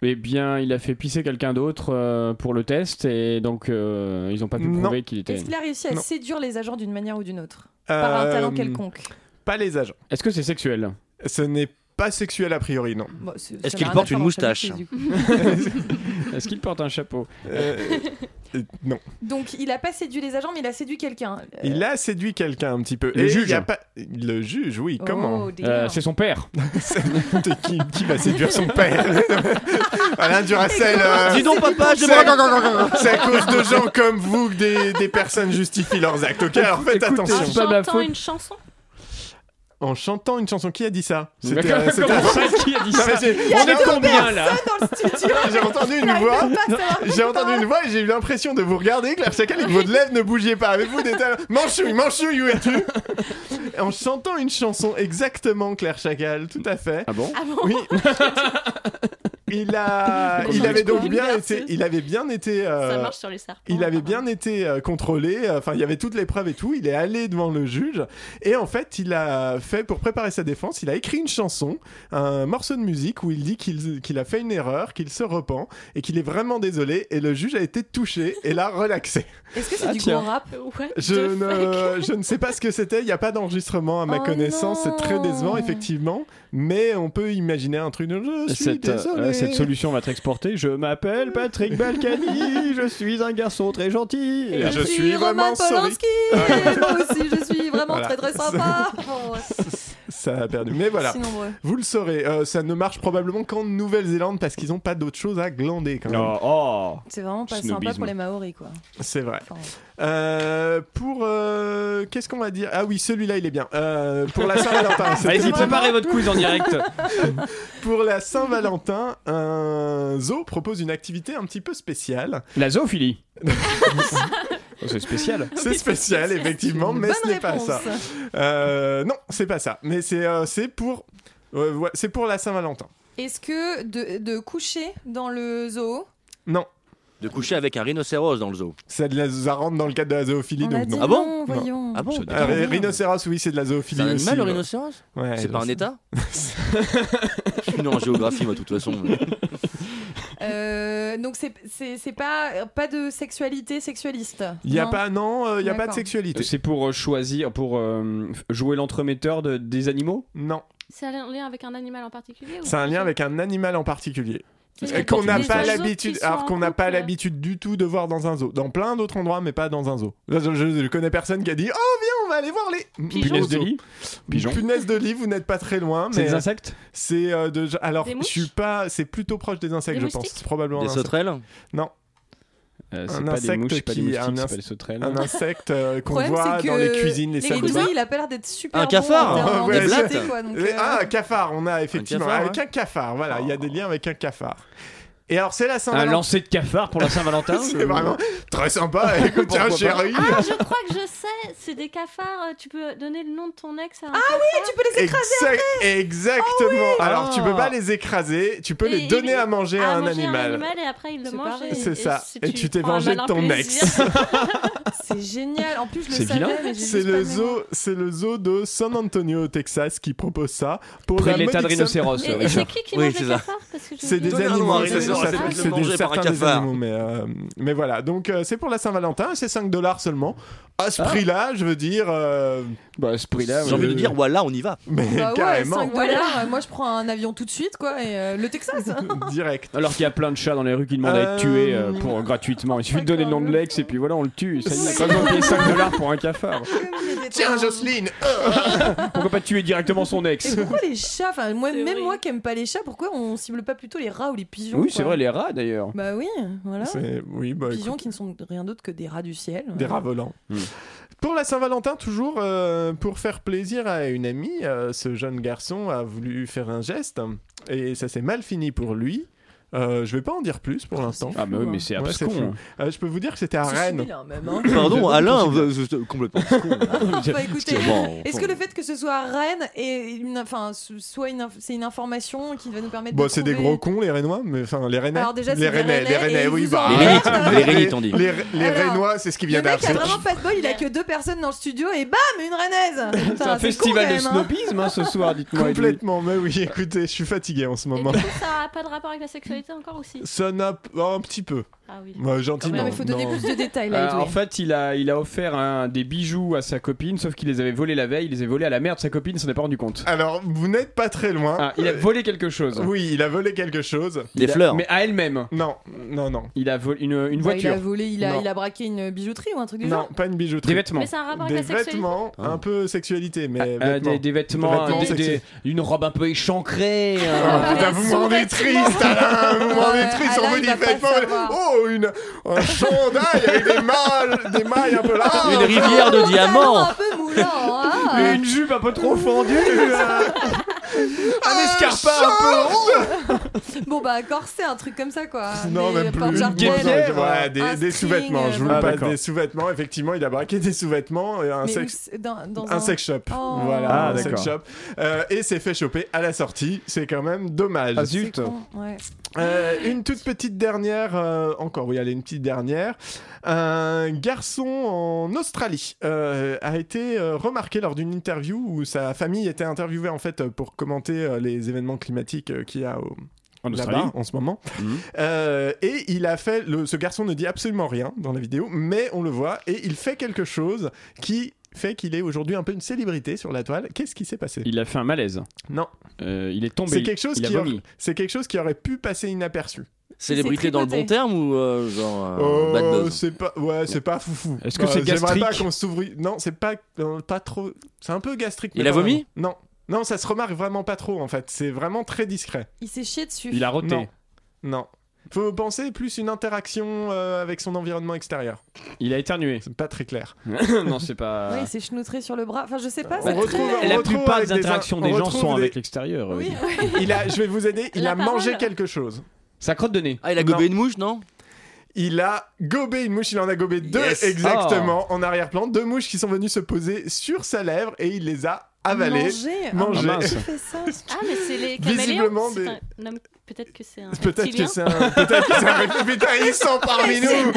Speaker 10: Eh bien, il a fait pisser quelqu'un d'autre euh, pour le test et donc euh, ils n'ont pas pu
Speaker 4: Non.
Speaker 10: prouver qu'il était.
Speaker 3: Est-ce qu'il a réussi à
Speaker 4: Non.
Speaker 3: séduire les agents d'une manière ou d'une autre Par un talent
Speaker 4: Euh,
Speaker 3: quelconque
Speaker 4: Pas les agents.
Speaker 10: Est-ce que c'est sexuel
Speaker 4: Ce n'est pas sexuel a priori, non.
Speaker 3: Bon, c'est-
Speaker 11: Est-ce
Speaker 3: ça
Speaker 11: qu'il
Speaker 3: n'a rien
Speaker 11: porte
Speaker 3: à faire
Speaker 11: une
Speaker 3: en
Speaker 11: moustache
Speaker 3: Chablis, du coup.
Speaker 4: <laughs>
Speaker 10: Est-ce qu'il porte un chapeau
Speaker 4: Euh, euh, non.
Speaker 3: Donc, il a pas séduit les agents, mais il a séduit quelqu'un. Euh,
Speaker 4: Il a séduit quelqu'un un petit peu.
Speaker 10: Le
Speaker 4: Et il
Speaker 10: juge.
Speaker 4: y a pas... Le juge, oui,
Speaker 3: Oh,
Speaker 4: comment
Speaker 3: dear. Euh, c'est
Speaker 10: son
Speaker 4: <laughs>
Speaker 10: père.
Speaker 4: qui, qui va séduire
Speaker 3: <laughs>
Speaker 4: son père <laughs> Alain Duracel. euh,
Speaker 11: Dis donc, papa, je
Speaker 4: c'est-
Speaker 11: me-
Speaker 4: C'est à cause de gens comme vous que des, des personnes justifient leurs actes. Ok, alors faites
Speaker 10: Écoute,
Speaker 4: attention.
Speaker 10: c'est pas ma
Speaker 2: J'entends
Speaker 10: faute.
Speaker 2: une chanson
Speaker 4: en chantant une chanson. Qui a dit ça
Speaker 10: <laughs> Mais comment-
Speaker 4: c'était-
Speaker 10: comment ça, qui a dit
Speaker 4: Non, mais
Speaker 10: ça
Speaker 4: c'est-
Speaker 10: Il y a
Speaker 4: on est
Speaker 10: deux
Speaker 4: combien
Speaker 10: personnes
Speaker 4: là
Speaker 10: <laughs>
Speaker 4: <laughs> J'ai entendu une
Speaker 10: n'arrive
Speaker 4: voix.
Speaker 10: pas à savoir
Speaker 4: J'ai entendu une voix et j'ai eu l'impression de vous regarder, Claire Chacal, et que votre lèvre ne bougeait pas. Avez-vous des talents Manchouille, manchouille, où es-tu En chantant une chanson exactement, Claire Chacal, tout à fait. Ah
Speaker 10: bon
Speaker 4: <laughs> Oui. Il a,
Speaker 2: Comme
Speaker 4: il
Speaker 2: un
Speaker 4: avait donc
Speaker 2: expert.
Speaker 4: bien
Speaker 2: Merci.
Speaker 4: été, il avait bien été. euh,
Speaker 2: Ça marche sur les serpents.
Speaker 4: il avait bien été euh, contrôlé, enfin il y avait toutes les preuves et tout, il est allé devant le juge et en fait il a fait, pour préparer sa défense, il a écrit une chanson, un morceau de musique où il dit qu'il qu'il a fait une erreur, qu'il se repent et qu'il est vraiment désolé et le juge a été touché et l'a <laughs> relaxé.
Speaker 3: Est-ce que c'est
Speaker 4: Ah,
Speaker 3: du
Speaker 4: tiens.
Speaker 3: gros rap
Speaker 4: Je ne, je ne sais pas ce que c'était, il n'y a pas d'enregistrement à ma
Speaker 3: Oh
Speaker 4: connaissance, c'est très décevant effectivement, mais on peut imaginer un truc de je
Speaker 10: <laughs>
Speaker 4: suis
Speaker 10: Cette, euh,
Speaker 4: désolé.
Speaker 10: euh, cette solution va être exportée. Je m'appelle Patrick
Speaker 4: <laughs>
Speaker 10: Balkany, je suis un garçon très gentil.
Speaker 4: Et je suis
Speaker 3: Roman
Speaker 4: vraiment sorry. <laughs>
Speaker 3: Polanski Moi aussi, je suis vraiment
Speaker 4: Voilà.
Speaker 3: très très sympa Bon, ouais.
Speaker 4: Ça a perdu. Mais voilà,
Speaker 3: Si nombreux.
Speaker 4: vous le saurez. Euh, ça ne marche probablement qu'en Nouvelle-Zélande parce qu'ils n'ont pas d'autre chose à glander quand même.
Speaker 10: Oh, oh.
Speaker 3: C'est vraiment pas sympa
Speaker 4: Snobisme.
Speaker 3: pour les Maoris, quoi.
Speaker 4: C'est vrai. Euh, pour. euh, Qu'est-ce qu'on va dire Ah oui, celui-là, il est bien. Euh, pour la
Speaker 10: <laughs>
Speaker 4: Saint-Valentin. c'était
Speaker 10: Allez-y,
Speaker 4: vraiment-
Speaker 10: préparez votre quiz en direct.
Speaker 4: <laughs> Pour la Saint-Valentin, un zoo propose une activité un petit peu spéciale.
Speaker 10: La zoophilie. Oh, c'est spécial.
Speaker 4: <laughs> C'est spécial, effectivement, mais ce n'est pas ça. Euh, non, c'est pas ça. Mais c'est euh, c'est pour. ouais, ouais, c'est pour la Saint-Valentin.
Speaker 3: Est-ce que de, de coucher dans le zoo
Speaker 4: Non.
Speaker 11: De coucher avec un rhinocéros dans le zoo.
Speaker 4: Ça, de la, ça rentre dans le cadre de la zoophilie,
Speaker 3: On
Speaker 4: donc
Speaker 3: a dit
Speaker 4: non.
Speaker 3: Ah bon non, voyons.
Speaker 11: Ah bon
Speaker 4: Un
Speaker 11: Ça dépend.
Speaker 4: Rhinocéros, oui, c'est de la zoophilie
Speaker 11: C'est un
Speaker 4: aussi,
Speaker 11: animal, le
Speaker 4: ouais.
Speaker 11: rhinocéros
Speaker 4: Ouais,
Speaker 11: C'est pas
Speaker 4: j'en
Speaker 11: un
Speaker 4: sais. <laughs>
Speaker 11: état Je suis nul en géographie, moi, de toute façon.
Speaker 3: <laughs> Euh, donc c'est- c'est c'est pas pas de sexualité sexualiste.
Speaker 10: Il y a
Speaker 3: Non.
Speaker 10: pas-
Speaker 4: non, euh, il y a pas de
Speaker 3: D'accord.
Speaker 4: sexualité.
Speaker 10: C'est pour euh, choisir, pour euh, jouer l'entremetteur de- des animaux
Speaker 4: Non.
Speaker 2: C'est un lien avec un animal en particulier ou-
Speaker 4: C'est un lien avec un animal en particulier.
Speaker 2: C'est
Speaker 4: Euh,
Speaker 2: les
Speaker 4: Qu'on n'a
Speaker 2: portugais,
Speaker 4: pas
Speaker 2: les autres
Speaker 4: l'habitude,
Speaker 2: qui sont
Speaker 4: alors
Speaker 2: en
Speaker 4: qu'on n'a pas
Speaker 2: couple.
Speaker 4: l'habitude du tout de voir dans un zoo. Dans plein d'autres endroits, mais pas dans un zoo. Là, Je, je- je connais personne qui a dit Oh, viens, on va aller voir les
Speaker 10: Pigeons. Punaises de lit Pigeons.
Speaker 4: Punaises de lit, vous n'êtes pas très loin.
Speaker 10: C'est
Speaker 4: mais-
Speaker 10: des insectes
Speaker 4: C'est euh, de. Alors,
Speaker 10: Des
Speaker 4: je
Speaker 10: mouches
Speaker 4: suis pas. C'est plutôt proche des insectes,
Speaker 10: Des
Speaker 4: je pense.
Speaker 10: moustiques
Speaker 4: C'est Probablement.
Speaker 11: Des
Speaker 4: un insecte.
Speaker 11: sauterelles
Speaker 4: Non.
Speaker 10: euh, c'est pas des mouches, c'est pas des moustiques,
Speaker 4: un
Speaker 10: c'est
Speaker 4: ins-
Speaker 10: pas des sauterelles.
Speaker 4: Un insecte euh,
Speaker 3: Le
Speaker 4: qu'on
Speaker 3: problème,
Speaker 4: voit
Speaker 3: c'est
Speaker 4: dans
Speaker 3: que
Speaker 4: les cuisines, les salles de bain.
Speaker 3: cousins, il a pas l'air d'être super.
Speaker 4: Un
Speaker 3: bon
Speaker 4: cafard,
Speaker 3: en termes
Speaker 4: hein, ouais,
Speaker 3: d'anxiété,
Speaker 4: exact.
Speaker 3: quoi, donc,
Speaker 4: Les-
Speaker 3: euh,
Speaker 4: Ah, un cafard, on a effectivement.
Speaker 10: cafard,
Speaker 4: avec
Speaker 10: ouais.
Speaker 4: un cafard, voilà, il y a des liens avec un cafard. Et alors, c'est la
Speaker 10: Un
Speaker 4: Saint-Valentin.
Speaker 10: lancer de cafard pour la Saint-Valentin
Speaker 4: <laughs> C'est
Speaker 10: je-
Speaker 4: vraiment très sympa. Écoute, tiens,
Speaker 10: Pourquoi pas
Speaker 4: chérie.
Speaker 2: Ah, je crois que je sais, c'est des cafards. euh, Tu peux donner le nom de ton ex à un Ah
Speaker 3: oui, tu peux les
Speaker 4: Exact- Exactement.
Speaker 10: Ah.
Speaker 4: Alors, tu peux pas les écraser, tu peux
Speaker 2: Et-
Speaker 4: les
Speaker 2: et lui-
Speaker 4: donner à manger à, un,
Speaker 2: manger
Speaker 4: animal.
Speaker 2: animal et après il le mange. et-
Speaker 4: C'est
Speaker 2: et
Speaker 4: ça.
Speaker 2: si
Speaker 4: Et tu t'es
Speaker 2: prends un
Speaker 4: vengé de
Speaker 2: malin
Speaker 4: ton
Speaker 2: plaisir.
Speaker 4: ex.
Speaker 3: <laughs> C'est génial. En plus, je le
Speaker 4: C'est
Speaker 3: savais.
Speaker 4: vilain.
Speaker 3: mais j'ai
Speaker 4: C'est
Speaker 3: juste pas
Speaker 4: le
Speaker 3: mémoire.
Speaker 4: zoo, c'est le zoo de San Antonio au Texas qui propose ça pour
Speaker 10: Près
Speaker 4: la
Speaker 10: de l'état de
Speaker 4: modique somme-
Speaker 10: rhinocéros, Et- et Richard. c'est qui qui mange les cafards Parce que je-
Speaker 4: C'est des
Speaker 10: Donnez un nom
Speaker 4: animaux,
Speaker 10: à un
Speaker 4: c'est-
Speaker 10: rhinocéros,
Speaker 4: ça-
Speaker 10: c'est de le
Speaker 4: c'est des-
Speaker 10: manger par un
Speaker 4: certains des
Speaker 10: cafard.
Speaker 4: animaux, mais euh, mais voilà. Donc euh, c'est pour la Saint-Valentin, c'est 5 dollars seulement. À ce prix-là, je veux dire.
Speaker 10: Ah.
Speaker 4: euh,
Speaker 10: Bah, ce prix-là.
Speaker 11: J'ai envie de dire, voilà, on y va.
Speaker 4: Mais
Speaker 3: Bah ouais,
Speaker 4: carrément.
Speaker 3: 5 dollars. Moi, je prends un avion tout de suite, quoi, et euh, le
Speaker 4: <laughs>
Speaker 3: Texas.
Speaker 4: Direct.
Speaker 10: Alors qu'il y a plein de chats dans les rues qui demandent à être tués euh, pour, gratuitement. Il suffit de donner le nom de l'ex et puis voilà, on le tue. Ça y est, pas besoin de payer 5 dollars pour un cafard.
Speaker 4: Tiens, Jocelyne. oh.
Speaker 10: Pourquoi pas tuer directement son
Speaker 3: Et
Speaker 10: ex
Speaker 3: pourquoi les chats Enfin, moi, même moi qui aime pas les chats, pourquoi on cible pas plutôt les rats ou les pigeons
Speaker 10: Oui, c'est
Speaker 3: quoi
Speaker 10: vrai, les rats d'ailleurs.
Speaker 3: Bah oui, voilà.
Speaker 4: C'est- oui, bah,
Speaker 3: pigeons qui ne sont rien d'autre que des rats du ciel.
Speaker 4: Des rats volants.
Speaker 3: Hmm.
Speaker 4: Pour la Saint-Valentin, toujours euh, pour faire plaisir à une amie, euh, ce jeune garçon a voulu faire un geste et ça s'est mal fini pour lui. Euh, je vais pas en dire plus pour l'instant.
Speaker 10: Ah, mais oui, mais c'est
Speaker 4: Ouais,
Speaker 10: abscon.
Speaker 4: flou. Euh, je peux vous dire que c'était à
Speaker 3: C'est
Speaker 4: Rennes.
Speaker 3: celui-là, même, hein.
Speaker 11: <laughs> Pardon,
Speaker 4: J'avoue,
Speaker 11: Alain,
Speaker 4: pour celui-là.
Speaker 11: vous- vous- complètement.
Speaker 3: <laughs> Bah écoutez,
Speaker 11: Parce que bon,
Speaker 3: est-ce
Speaker 11: bon.
Speaker 3: que le fait que ce soit à Rennes et une, enfin, ce- soit une, inf- c'est une information qui va nous permettre
Speaker 4: Bon,
Speaker 3: de
Speaker 4: c'est des
Speaker 3: trouver-
Speaker 4: gros cons, les Rénois, mais enfin, les Rennais.
Speaker 3: Alors déjà, c'est
Speaker 4: les
Speaker 3: des
Speaker 4: Rennais, les
Speaker 3: Rennais et
Speaker 4: Rennais, oui,
Speaker 3: ils
Speaker 4: bah.
Speaker 11: vous ont- Les
Speaker 3: <laughs>
Speaker 11: Rénites, les Rénites, on dit.
Speaker 4: Les, les
Speaker 3: Alors,
Speaker 4: Rénois, c'est ce qui vient
Speaker 3: Le mec a
Speaker 4: d'arriver.
Speaker 3: vraiment pas de bol, il a que deux personnes dans le studio et bam, une rennaise. Putain,
Speaker 10: C'est un
Speaker 3: con,
Speaker 10: festival
Speaker 3: quand
Speaker 10: de
Speaker 3: même, hein.
Speaker 10: snobisme hein, ce soir, dites-moi.
Speaker 4: Complètement, mais oui, écoutez, je suis fatigué en ce moment.
Speaker 2: Ça a pas de rapport avec la sexualité encore aussi.
Speaker 4: Ça n'a p- un petit peu.
Speaker 2: Ah oui.
Speaker 4: Ouais, Bah, gentiment.
Speaker 2: Non, mais faut donner
Speaker 4: non.
Speaker 2: plus de détails,
Speaker 10: Euh, en fait, il a, il a offert un- des bijoux à sa copine, sauf qu'il les avait volés la veille, il les avait volés à la mère de sa copine, il s'en est pas rendu compte.
Speaker 4: Alors, vous n'êtes pas très loin.
Speaker 10: Ah, il a volé quelque chose.
Speaker 4: Ah, Oui, il a volé quelque chose.
Speaker 10: Des
Speaker 4: Il a-
Speaker 10: fleurs.
Speaker 4: Mais
Speaker 10: à elle-même.
Speaker 4: Non, non, non.
Speaker 10: Il a volé une, une
Speaker 3: Bah, il
Speaker 10: voiture.
Speaker 3: a volé, il a,
Speaker 10: Non.
Speaker 3: il a braqué une bijouterie ou un truc du
Speaker 4: Non,
Speaker 3: genre.
Speaker 4: pas une bijouterie.
Speaker 10: Des vêtements.
Speaker 3: Mais c'est un rapport
Speaker 4: Des
Speaker 3: avec la sexualité
Speaker 4: vêtements, un peu sexualité, mais.
Speaker 10: Euh, des, des vêtements,
Speaker 4: Des
Speaker 10: des-
Speaker 4: sexy.
Speaker 10: des- une robe un peu échancrée. hein.
Speaker 4: Ah, putain, vous me rendez triste, Alain! hein, Vous me rendez triste, on
Speaker 10: Alain,
Speaker 4: veut
Speaker 10: il
Speaker 4: des
Speaker 10: va pas
Speaker 4: vêtements!
Speaker 10: savoir.
Speaker 4: Oh, une, un chandail avec des mailles, des mailles un peu larges!
Speaker 11: Une rivière de diamants.
Speaker 3: Un peu moulant, hein.
Speaker 10: Mais une jupe un peu trop fendue.
Speaker 3: <laughs>
Speaker 10: euh, un escarpin un peu.
Speaker 3: Ah, <laughs> bon bah corset, un truc comme ça quoi. euh,
Speaker 4: Non,
Speaker 3: Des
Speaker 4: même
Speaker 3: portes
Speaker 4: plus.
Speaker 3: jartelles.
Speaker 4: Ouais, des,
Speaker 3: Un string,
Speaker 4: des sous-vêtements, je vous
Speaker 3: euh,
Speaker 4: le
Speaker 10: Ah,
Speaker 4: passe.
Speaker 10: d'accord.
Speaker 4: bah, Des sous-vêtements, effectivement, il a braqué des sous-vêtements et un
Speaker 3: Mais
Speaker 4: sex-
Speaker 3: où c'est- dans- dans
Speaker 4: un sex shop.
Speaker 3: Oh.
Speaker 4: Voilà,
Speaker 10: Ah,
Speaker 4: un sex
Speaker 10: d'accord.
Speaker 4: shop. Euh, et s'est fait choper à la sortie. C'est quand même dommage.
Speaker 10: Ah, zut. C'est
Speaker 3: Ouais.
Speaker 4: Euh, une toute petite dernière, euh, encore, oui, allez, une petite dernière. Un garçon en Australie euh, a été euh, remarqué lors d'une interview où sa famille était interviewée en fait euh, pour commenter euh, les événements climatiques euh, qu'il y a au-
Speaker 10: En
Speaker 4: là-bas,
Speaker 10: Australie.
Speaker 4: en ce moment. Euh, et il a fait, le, ce garçon ne dit absolument rien dans la vidéo, mais on le voit et il fait quelque chose qui fait qu'il est aujourd'hui un peu une célébrité sur la toile. Qu'est-ce qui s'est passé
Speaker 10: Il a fait un malaise.
Speaker 4: Non.
Speaker 10: Euh, il est tombé.
Speaker 4: C'est quelque, chose
Speaker 10: il a
Speaker 4: qui aurait-
Speaker 10: vomi.
Speaker 4: c'est quelque chose qui aurait pu passer inaperçu.
Speaker 11: Célébrité dans le bon terme ou euh, genre euh,
Speaker 4: Oh,
Speaker 11: bad buzz
Speaker 4: c'est pas ouais c'est pas foufou Bah,
Speaker 10: Est-ce que c'est
Speaker 4: j'aimerais pas
Speaker 10: gastrique
Speaker 4: qu'on s'ouvre non c'est pas euh, pas trop c'est un peu gastrique mais
Speaker 11: Il a
Speaker 4: pas
Speaker 11: vomi
Speaker 4: vraiment. non non ça se remarque vraiment pas trop en fait c'est vraiment très discret
Speaker 3: Il s'est chié dessus.
Speaker 10: Il a roté.
Speaker 4: non non faut penser plus une interaction euh, avec son environnement extérieur
Speaker 10: Il a éternué.
Speaker 4: c'est pas très clair
Speaker 10: <laughs> non, c'est pas.
Speaker 3: Ouais, il s'est chenoutré sur le bras. Enfin je sais pas.
Speaker 4: on
Speaker 3: c'est
Speaker 4: retrouve,
Speaker 3: très-
Speaker 4: on
Speaker 10: la
Speaker 4: retrouve
Speaker 10: plupart <laughs>
Speaker 4: avec
Speaker 10: des interactions
Speaker 4: in-
Speaker 10: des
Speaker 4: on
Speaker 10: gens
Speaker 4: retrouve
Speaker 10: sont
Speaker 4: des-
Speaker 10: avec l'extérieur. euh,
Speaker 3: Oui.
Speaker 4: il a je vais vous aider il
Speaker 3: La
Speaker 4: a
Speaker 3: parole.
Speaker 4: mangé quelque chose
Speaker 10: Sa crotte de nez.
Speaker 11: Ah, il a gobé
Speaker 4: Non.
Speaker 11: une mouche, non
Speaker 4: il a gobé une mouche, il en a gobé deux
Speaker 11: Yes. Oh.
Speaker 4: exactement en arrière-plan. Deux mouches qui sont venues se poser sur sa lèvre et il les a avalées.
Speaker 3: Manger.
Speaker 4: Manger. <laughs>
Speaker 10: Ah, mince.
Speaker 3: Qui fait ça
Speaker 2: Ah, mais c'est les caméléons.
Speaker 4: Visiblement
Speaker 2: c'est
Speaker 4: des-
Speaker 2: un- non, mais Peut-être que c'est un.
Speaker 4: Peut-être que
Speaker 2: reptilien.
Speaker 4: c'est un. Peut-être que c'est un.
Speaker 3: <laughs>
Speaker 4: reptile. Putain, ils sont parmi nous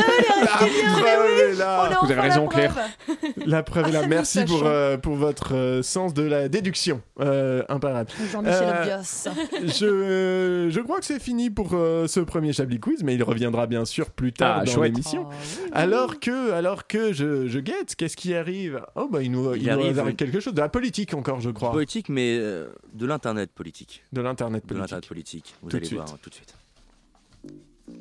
Speaker 4: La preuve est
Speaker 3: hein. On a
Speaker 4: là
Speaker 3: enfin la
Speaker 10: raison,
Speaker 3: preuve. Ah,
Speaker 4: La preuve est là.
Speaker 3: nous
Speaker 4: Merci pour,
Speaker 3: sachons.
Speaker 4: euh, pour votre euh, sens de la déduction. Euh, imparable.
Speaker 3: Jean-Michel
Speaker 4: Euh, <laughs>
Speaker 3: Obvious.
Speaker 4: Je, euh, je crois que c'est fini pour euh, ce premier Chablis Quiz, mais il reviendra bien sûr plus tard
Speaker 10: Ah,
Speaker 4: dans
Speaker 10: chouette.
Speaker 4: l'émission.
Speaker 3: Oh, oui.
Speaker 4: Alors que, alors que je, je guette, qu'est-ce qui arrive Oh, bah, il nous, il
Speaker 11: Il
Speaker 4: nous arrive,
Speaker 11: arrive-
Speaker 4: quelque chose. De la politique encore, je <laughs> crois.
Speaker 11: Politique, mais euh, de l'internet politique.
Speaker 4: De l'internet
Speaker 11: De l'internet
Speaker 4: politique.
Speaker 11: politique. Vous
Speaker 4: Tout de
Speaker 11: allez
Speaker 4: suite.
Speaker 11: voir hein, tout de suite.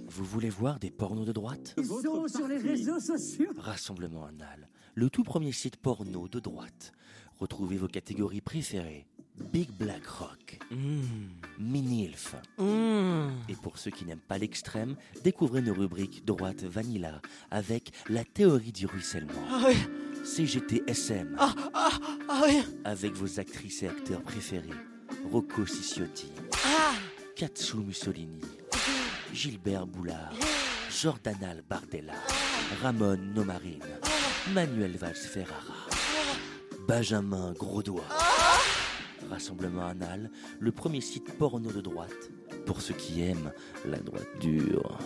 Speaker 11: Vous voulez voir des pornos de droite
Speaker 5: sur les réseaux sociaux.
Speaker 11: Rassemblement anal, le tout premier site porno de droite. Retrouvez vos catégories préférées. Big Black Rock,
Speaker 6: Hmm.
Speaker 11: Mini Elf. Et pour ceux qui n'aiment pas l'extrême, découvrez nos rubriques droite vanilla avec la théorie du ruissellement. CGTSM. Avec vos actrices et acteurs préférés. Rocco Siciotti. Katsu Mussolini. Gilbert Boulard. Jordanal Bardella. Ramon Nomarine. Manuel Valls Ferrara. Benjamin Grosdois. Rassemblement anal, le premier site porno de droite. Pour ceux qui aiment la droite dure.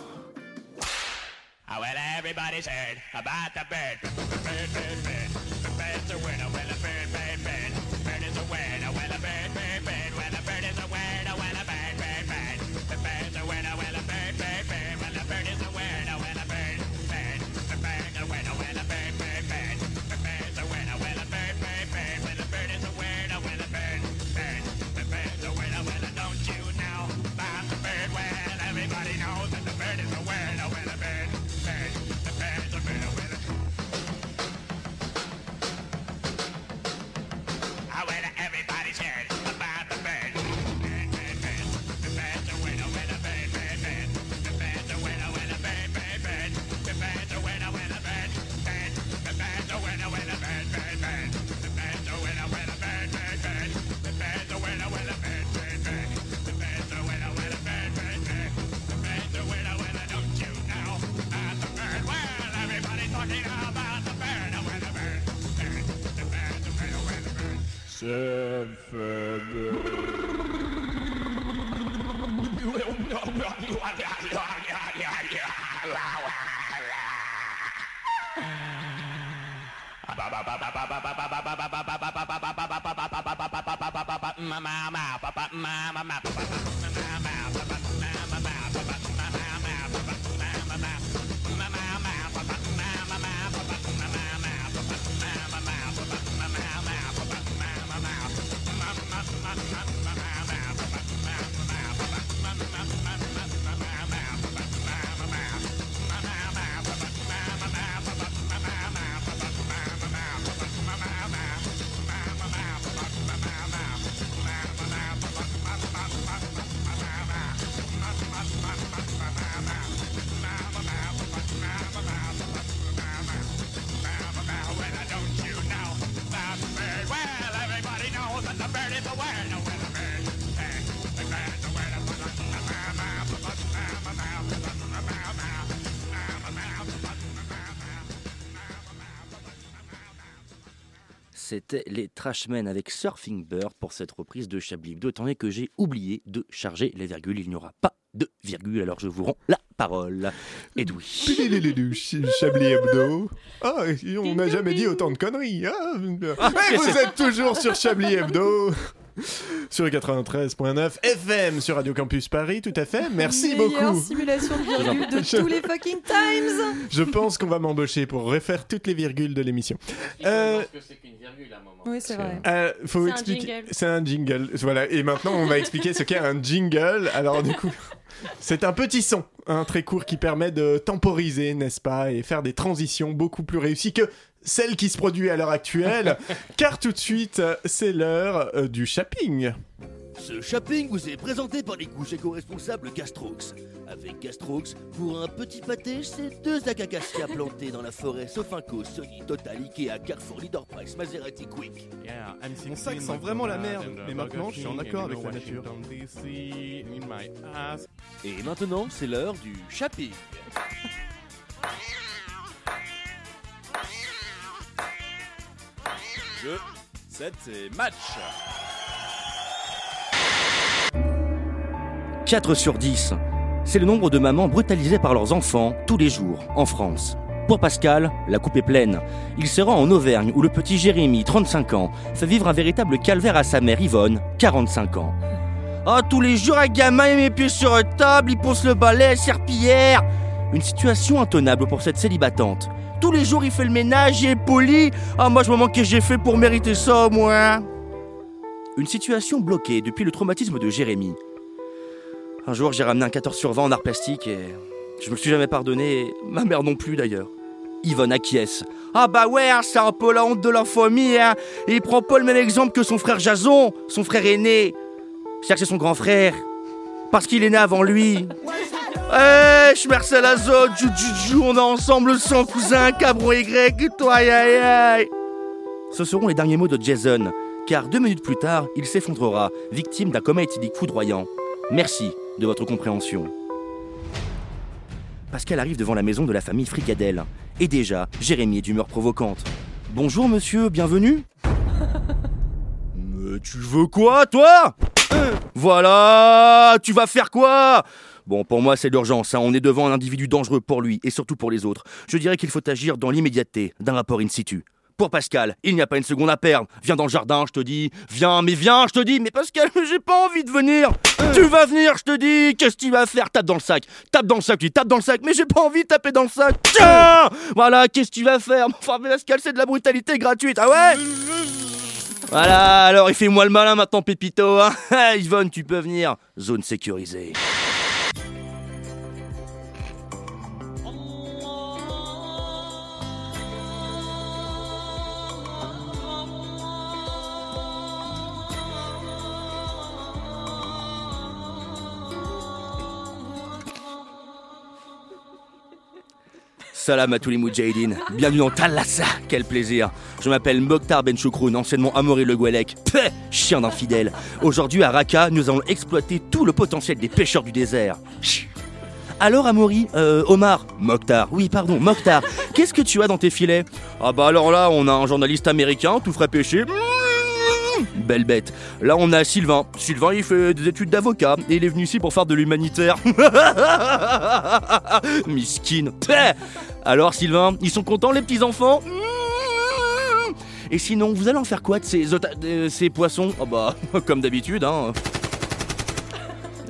Speaker 13: Oh, well, everybody's heard about the bird. The bird, bird, bird. The bird's a winner. Well, a bird, bird, bird. Bird is a winner. Well, a bird, bird, bird. Well, a bird is a winner. Well, a bird, bird, bird. The bird's a winner. Well, a bird, bird, bird. Well, a bird is a winner. Well, a bird, bird. The bird's a winner. Well, a bird, bird, bird. The bird's a winner. Well, a bird, bird, bird. Well, a bird is a winner. Well, a bird, bird. The bird's a winner. Well, don't you know about the bird? Well, everybody knows that the bird is a winner. Well, a bird, bird. The bird's a winner. Well, a I went Ah, everybody's heard about the bird. Bird, bird, bird. The bird's a winner with a bird, bird, bird. The bird's a winner with a bird, bird, bird. The bird's a winner with a bird, bird. The bird's a winner with a bird, bird, bird. The bird's a winner with a bird, bird, bird. The bird's a winner with a bird, bird, bird. The bird's a winner with a bird, bird, bird. The bird's a winner with a don't you know about the bird? Well, everybody's talking about the bird, a winner bird, bird. The bird's a winner with a bird.
Speaker 11: c'était les Trashmen avec Surfing Bird pour cette reprise de Chablis Hebdo, étant donné que j'ai oublié de charger les virgules. Il n'y aura pas de virgule, alors je vous rends la parole. Edoui.
Speaker 4: Pilililu, ch- Chablis Hebdo. Ah, on n'a jamais dit autant de conneries. Ah, mais vous êtes toujours sur Chablis Hebdo. <laughs> Sur le 93.9 FM sur Radio Campus Paris, tout à fait. Merci
Speaker 3: Meilleure
Speaker 4: beaucoup.
Speaker 3: simulation de virgule de tous les fucking times.
Speaker 4: <laughs> Je pense qu'on va m'embaucher pour refaire toutes les virgules de l'émission. Euh,
Speaker 3: Oui, c'est vrai.
Speaker 4: euh, faut
Speaker 3: C'est un
Speaker 4: expliquer.
Speaker 3: jingle.
Speaker 4: C'est un jingle. Voilà. Et maintenant, on va expliquer ce qu'est un jingle. Alors, du coup, c'est un petit son, un très court qui permet de temporiser, n'est-ce pas, et faire des transitions beaucoup plus réussies que celle qui se produit à l'heure actuelle. car tout de suite, euh, c'est l'heure euh, du shopping.
Speaker 6: Ce shopping vous est présenté par les couches éco-responsables Gastrox. Avec Gastrox, pour un petit pâté, c'est deux acacacias plantés dans la forêt Sofinco, Sony, Total, Ikea, Carrefour, Leader Price, Maserati, Quick.
Speaker 4: Mon sac sent vraiment Ah, la merde, mais maintenant je suis en accord avec la nature.
Speaker 11: Et maintenant, c'est l'heure du shopping.
Speaker 20: Jeu, 7 et match
Speaker 11: 4 sur 10, c'est le nombre de mamans brutalisées par leurs enfants tous les jours en France. Pour Pascal, la coupe est pleine. Il se rend en Auvergne où le petit Jérémy, 35 ans, fait vivre un véritable calvaire à sa mère Yvonne, 45 ans. Ah, tous les jours, un gamin Ah, met mes pieds sur une table, il ponce le balai, serpillière. Une situation intenable pour cette célibatante. Tous les jours, il fait le ménage, il est poli. Ah, moi, je me manque que j'ai fait pour mériter ça, moi. Une situation bloquée depuis le traumatisme de Jérémy. Un jour, j'ai ramené un 14 sur 20 en art plastique et je me le suis jamais pardonné, et ma mère non plus d'ailleurs. Yvonne acquiesce. Ah bah ouais, hein, c'est un peu la honte de la famille, hein. Et il prend pas le même exemple que son frère Jason, son frère aîné. C'est-à-dire que c'est son grand frère, parce qu'il est né avant lui. Eh, je merci à la zone, jou, jou, jou, on est ensemble sans cousin, cabron Y, et toi, aïe, aïe, aïe. Ce seront les derniers mots de Jason, car deux minutes plus tard, il s'effondrera, victime d'un coma éthylique foudroyant. Merci de votre compréhension. Pascal arrive devant la maison de la famille Fricadelle. Et déjà, Jérémy est d'humeur provocante. Bonjour monsieur, bienvenue Mais tu veux quoi, toi Euh, Voilà Tu vas faire quoi Bon, pour moi, c'est d'urgence. hein. On est devant un individu dangereux pour lui et surtout pour les autres. Je dirais qu'il faut agir dans l'immédiateté d'un rapport in situ. Pour Pascal, il n'y a pas une seconde à perdre. Viens dans le jardin, je te dis. Viens, mais viens, je te dis. Mais Pascal, <laughs> j'ai pas envie de venir. Tu vas venir, je te dis. Qu'est-ce que tu vas faire Tape dans le sac. Tape dans le sac, tu dis, tape dans le sac. Mais j'ai pas envie de taper dans le sac. Tiens Voilà, qu'est-ce que tu vas faire <laughs> Enfin, mais Pascal, c'est de la brutalité gratuite. Ah ouais Voilà, alors il fait moi le malin maintenant, Pépito. hein. <laughs> Yvonne, tu peux venir. Zone sécurisée. Salam à tous les Moudjahidines, bienvenue dans Talassa, quel plaisir Je m'appelle Mokhtar Ben Benchoukrun, anciennement Amaury Le Goualec, Pfff, chien d'infidèle Aujourd'hui à Raqqa, nous allons exploiter tout le potentiel des pêcheurs du désert Chut. Alors Amaury, euh, Omar, Mokhtar, oui pardon, Mokhtar, qu'est-ce que tu as dans tes filets Ah bah alors là, on a un journaliste américain, tout frais pêché, Belle bête. Là, on a Sylvain. Sylvain, il fait des études d'avocat et il est venu ici pour faire de l'humanitaire. <laughs> Miskin. Pfff. Alors, Sylvain, ils sont contents, les petits-enfants Et sinon, vous allez en faire quoi de ces, ota- de ces poissons Ah bah, <laughs> comme d'habitude, hein.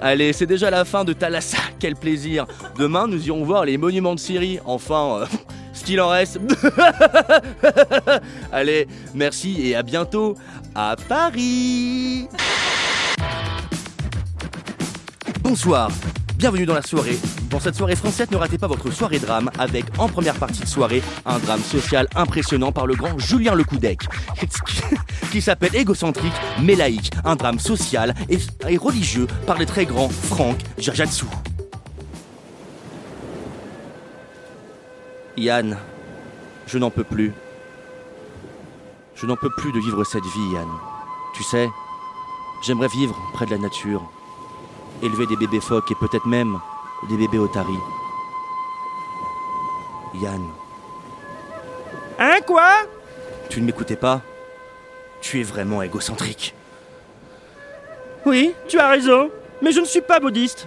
Speaker 11: Allez, c'est déjà la fin de Thalassa, quel plaisir Demain, nous irons voir les monuments de Syrie, enfin, euh, <laughs> ce qu'il en reste. <laughs> Allez, merci et à bientôt à Paris Bonsoir, bienvenue dans la soirée. Pour cette soirée française, ne ratez pas votre soirée drame avec, en première partie de soirée, un drame social impressionnant par le grand Julien Lecoudec, <laughs> qui s'appelle égocentrique mais laïque. Un drame social et, et religieux par les très grands Franck Gerjatsou. Yann, je n'en peux plus. Je n'en peux plus de vivre cette vie, Yann. Tu sais, j'aimerais vivre près de la nature, élever des bébés phoques et peut-être même des bébés otaries. Yann,
Speaker 13: Hein, quoi
Speaker 11: tu ne m'écoutais pas Tu es vraiment égocentrique.
Speaker 20: Oui, tu as raison, mais je ne suis pas bouddhiste.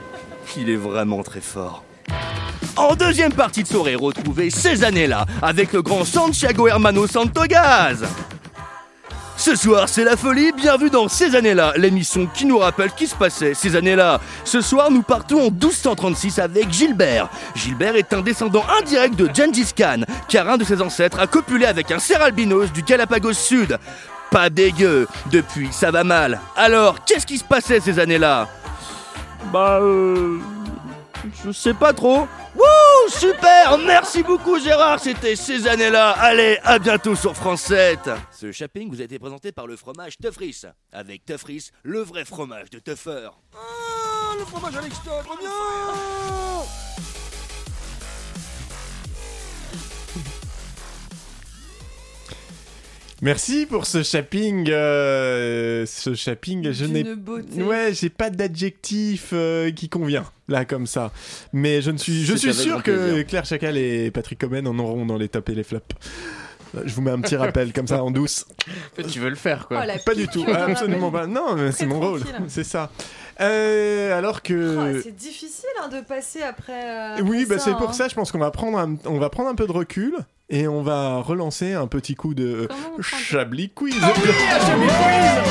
Speaker 11: <laughs> Il est vraiment très fort. En deuxième partie de soirée, retrouvez ces années-là avec le grand Santiago Hermano Santogaz. Ce soir, c'est la folie. Bienvenue dans Ces années-là, l'émission qui nous rappelle qui se passait ces années-là. Ce soir, nous partons en 1236 avec Gilbert. Gilbert est un descendant indirect de Gengis Khan, car un de ses ancêtres a copulé avec un cerf albinos du Galapagos Sud. Pas dégueu. Depuis, ça va mal. Alors, qu'est-ce qui se passait ces années-là
Speaker 20: Bah, euh. Je sais pas trop.
Speaker 11: Oh, Wouh Super Merci beaucoup Gérard, c'était ces années-là. Allez, à bientôt sur France 7. Ce shopping vous a été présenté par le fromage Tuffris. Avec Tuffris, le vrai fromage de Tuffer.
Speaker 8: Ah, le fromage à l'extérieur, bien
Speaker 4: Merci pour ce shopping. euh, ce shopping, je n'ai.
Speaker 3: D'une beauté.
Speaker 4: Ouais, j'ai pas d'adjectif euh, qui convient, là, comme ça. Mais je, ne suis, je
Speaker 21: C'est
Speaker 4: suis
Speaker 21: avec
Speaker 4: sûr
Speaker 21: grand
Speaker 4: que
Speaker 21: plaisir.
Speaker 4: Claire Chacal et Patrick Comen en auront dans les tops et les flops. Euh, Je vous mets un petit rappel, comme ça, en douce.
Speaker 19: Tu veux le faire,
Speaker 3: Oh,
Speaker 19: quoi.
Speaker 4: Pas du tout, absolument pas. Non, mais c'est mon rôle,
Speaker 3: tranquille.
Speaker 4: c'est ça. Euh, alors que.
Speaker 3: Oh, C'est difficile hein, de passer après. euh,
Speaker 4: Oui,
Speaker 3: après
Speaker 4: bah, c'est
Speaker 3: hein.
Speaker 4: pour ça, je pense qu'on va, prendre un- on va prendre un peu de recul et on va relancer un petit coup de Chablis Quiz.
Speaker 3: Ah
Speaker 10: <laughs>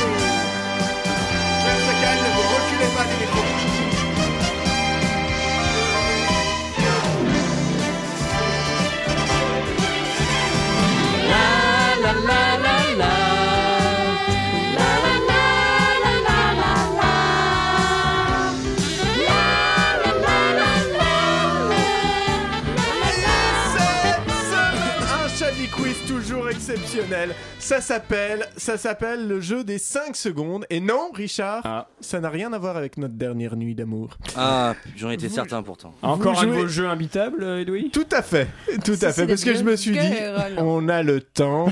Speaker 4: Un Chablis Quiz toujours exceptionnel. Ça s'appelle, ça s'appelle le jeu des 5 secondes. Et non, Richard,
Speaker 10: Ah.
Speaker 4: ça n'a rien à voir avec notre dernière nuit d'amour.
Speaker 21: Ah, j'en étais
Speaker 4: Vous-
Speaker 21: certain pourtant.
Speaker 10: Encore
Speaker 4: Vous
Speaker 10: un
Speaker 4: jouez-
Speaker 10: nouveau jeu imbitable, euh, Edoui
Speaker 4: Tout à fait, tout à fait,
Speaker 10: c'est
Speaker 4: parce que
Speaker 10: des
Speaker 4: je me suis dit,
Speaker 10: gueules, alors.
Speaker 4: on a
Speaker 10: <laughs>
Speaker 4: le temps.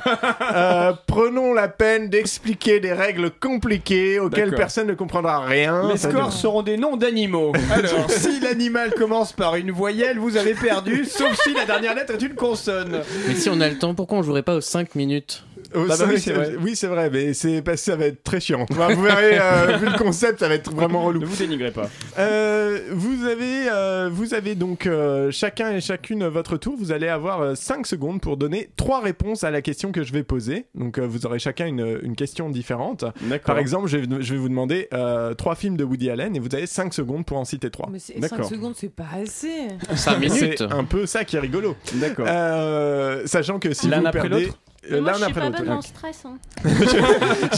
Speaker 4: Euh, prenons la peine d'expliquer des règles compliquées auxquelles
Speaker 10: D'accord.
Speaker 4: personne ne comprendra rien.
Speaker 10: Les
Speaker 4: Ça
Speaker 10: scores
Speaker 4: dure-
Speaker 10: seront des noms d'animaux. Alors, <laughs> si l'animal commence par une voyelle, vous avez <laughs> perdu, sauf si la dernière lettre est une consonne.
Speaker 19: Mais si on a le temps, pourquoi on jouerait pas aux 5 minutes Bah,
Speaker 4: Au
Speaker 19: bah
Speaker 4: sein-
Speaker 19: oui, c'est vrai.
Speaker 4: oui, Oh, c'est vrai, mais c'est parce que ça va être très chiant. Enfin, vous verrez, euh, vu le concept, ça va être
Speaker 10: <laughs>
Speaker 4: vraiment relou.
Speaker 10: Ne vous dénigrez pas.
Speaker 4: Euh, vous avez, euh, vous avez donc euh, chacun et chacune votre tour. Vous allez avoir 5 secondes pour donner trois réponses à la question que je vais poser. Donc euh, vous aurez chacun une, une question différente. Par exemple, je vais, je vais vous demander euh, trois films de Woody Allen et vous avez 5 secondes pour en citer trois.
Speaker 3: Mais c'est- cinq secondes, c'est pas
Speaker 10: <laughs>
Speaker 3: assez.
Speaker 19: Cinq minutes.
Speaker 4: C'est un peu ça qui est rigolo.
Speaker 10: D'accord.
Speaker 4: Euh, sachant que si
Speaker 10: L'un
Speaker 4: vous
Speaker 10: après
Speaker 4: perdez.
Speaker 10: l'autre
Speaker 4: euh,
Speaker 22: Moi,
Speaker 4: L'un
Speaker 22: je suis
Speaker 4: après
Speaker 22: pas
Speaker 4: l'autre.
Speaker 22: bonne en
Speaker 4: Ok.
Speaker 22: stress. hein.
Speaker 4: <laughs>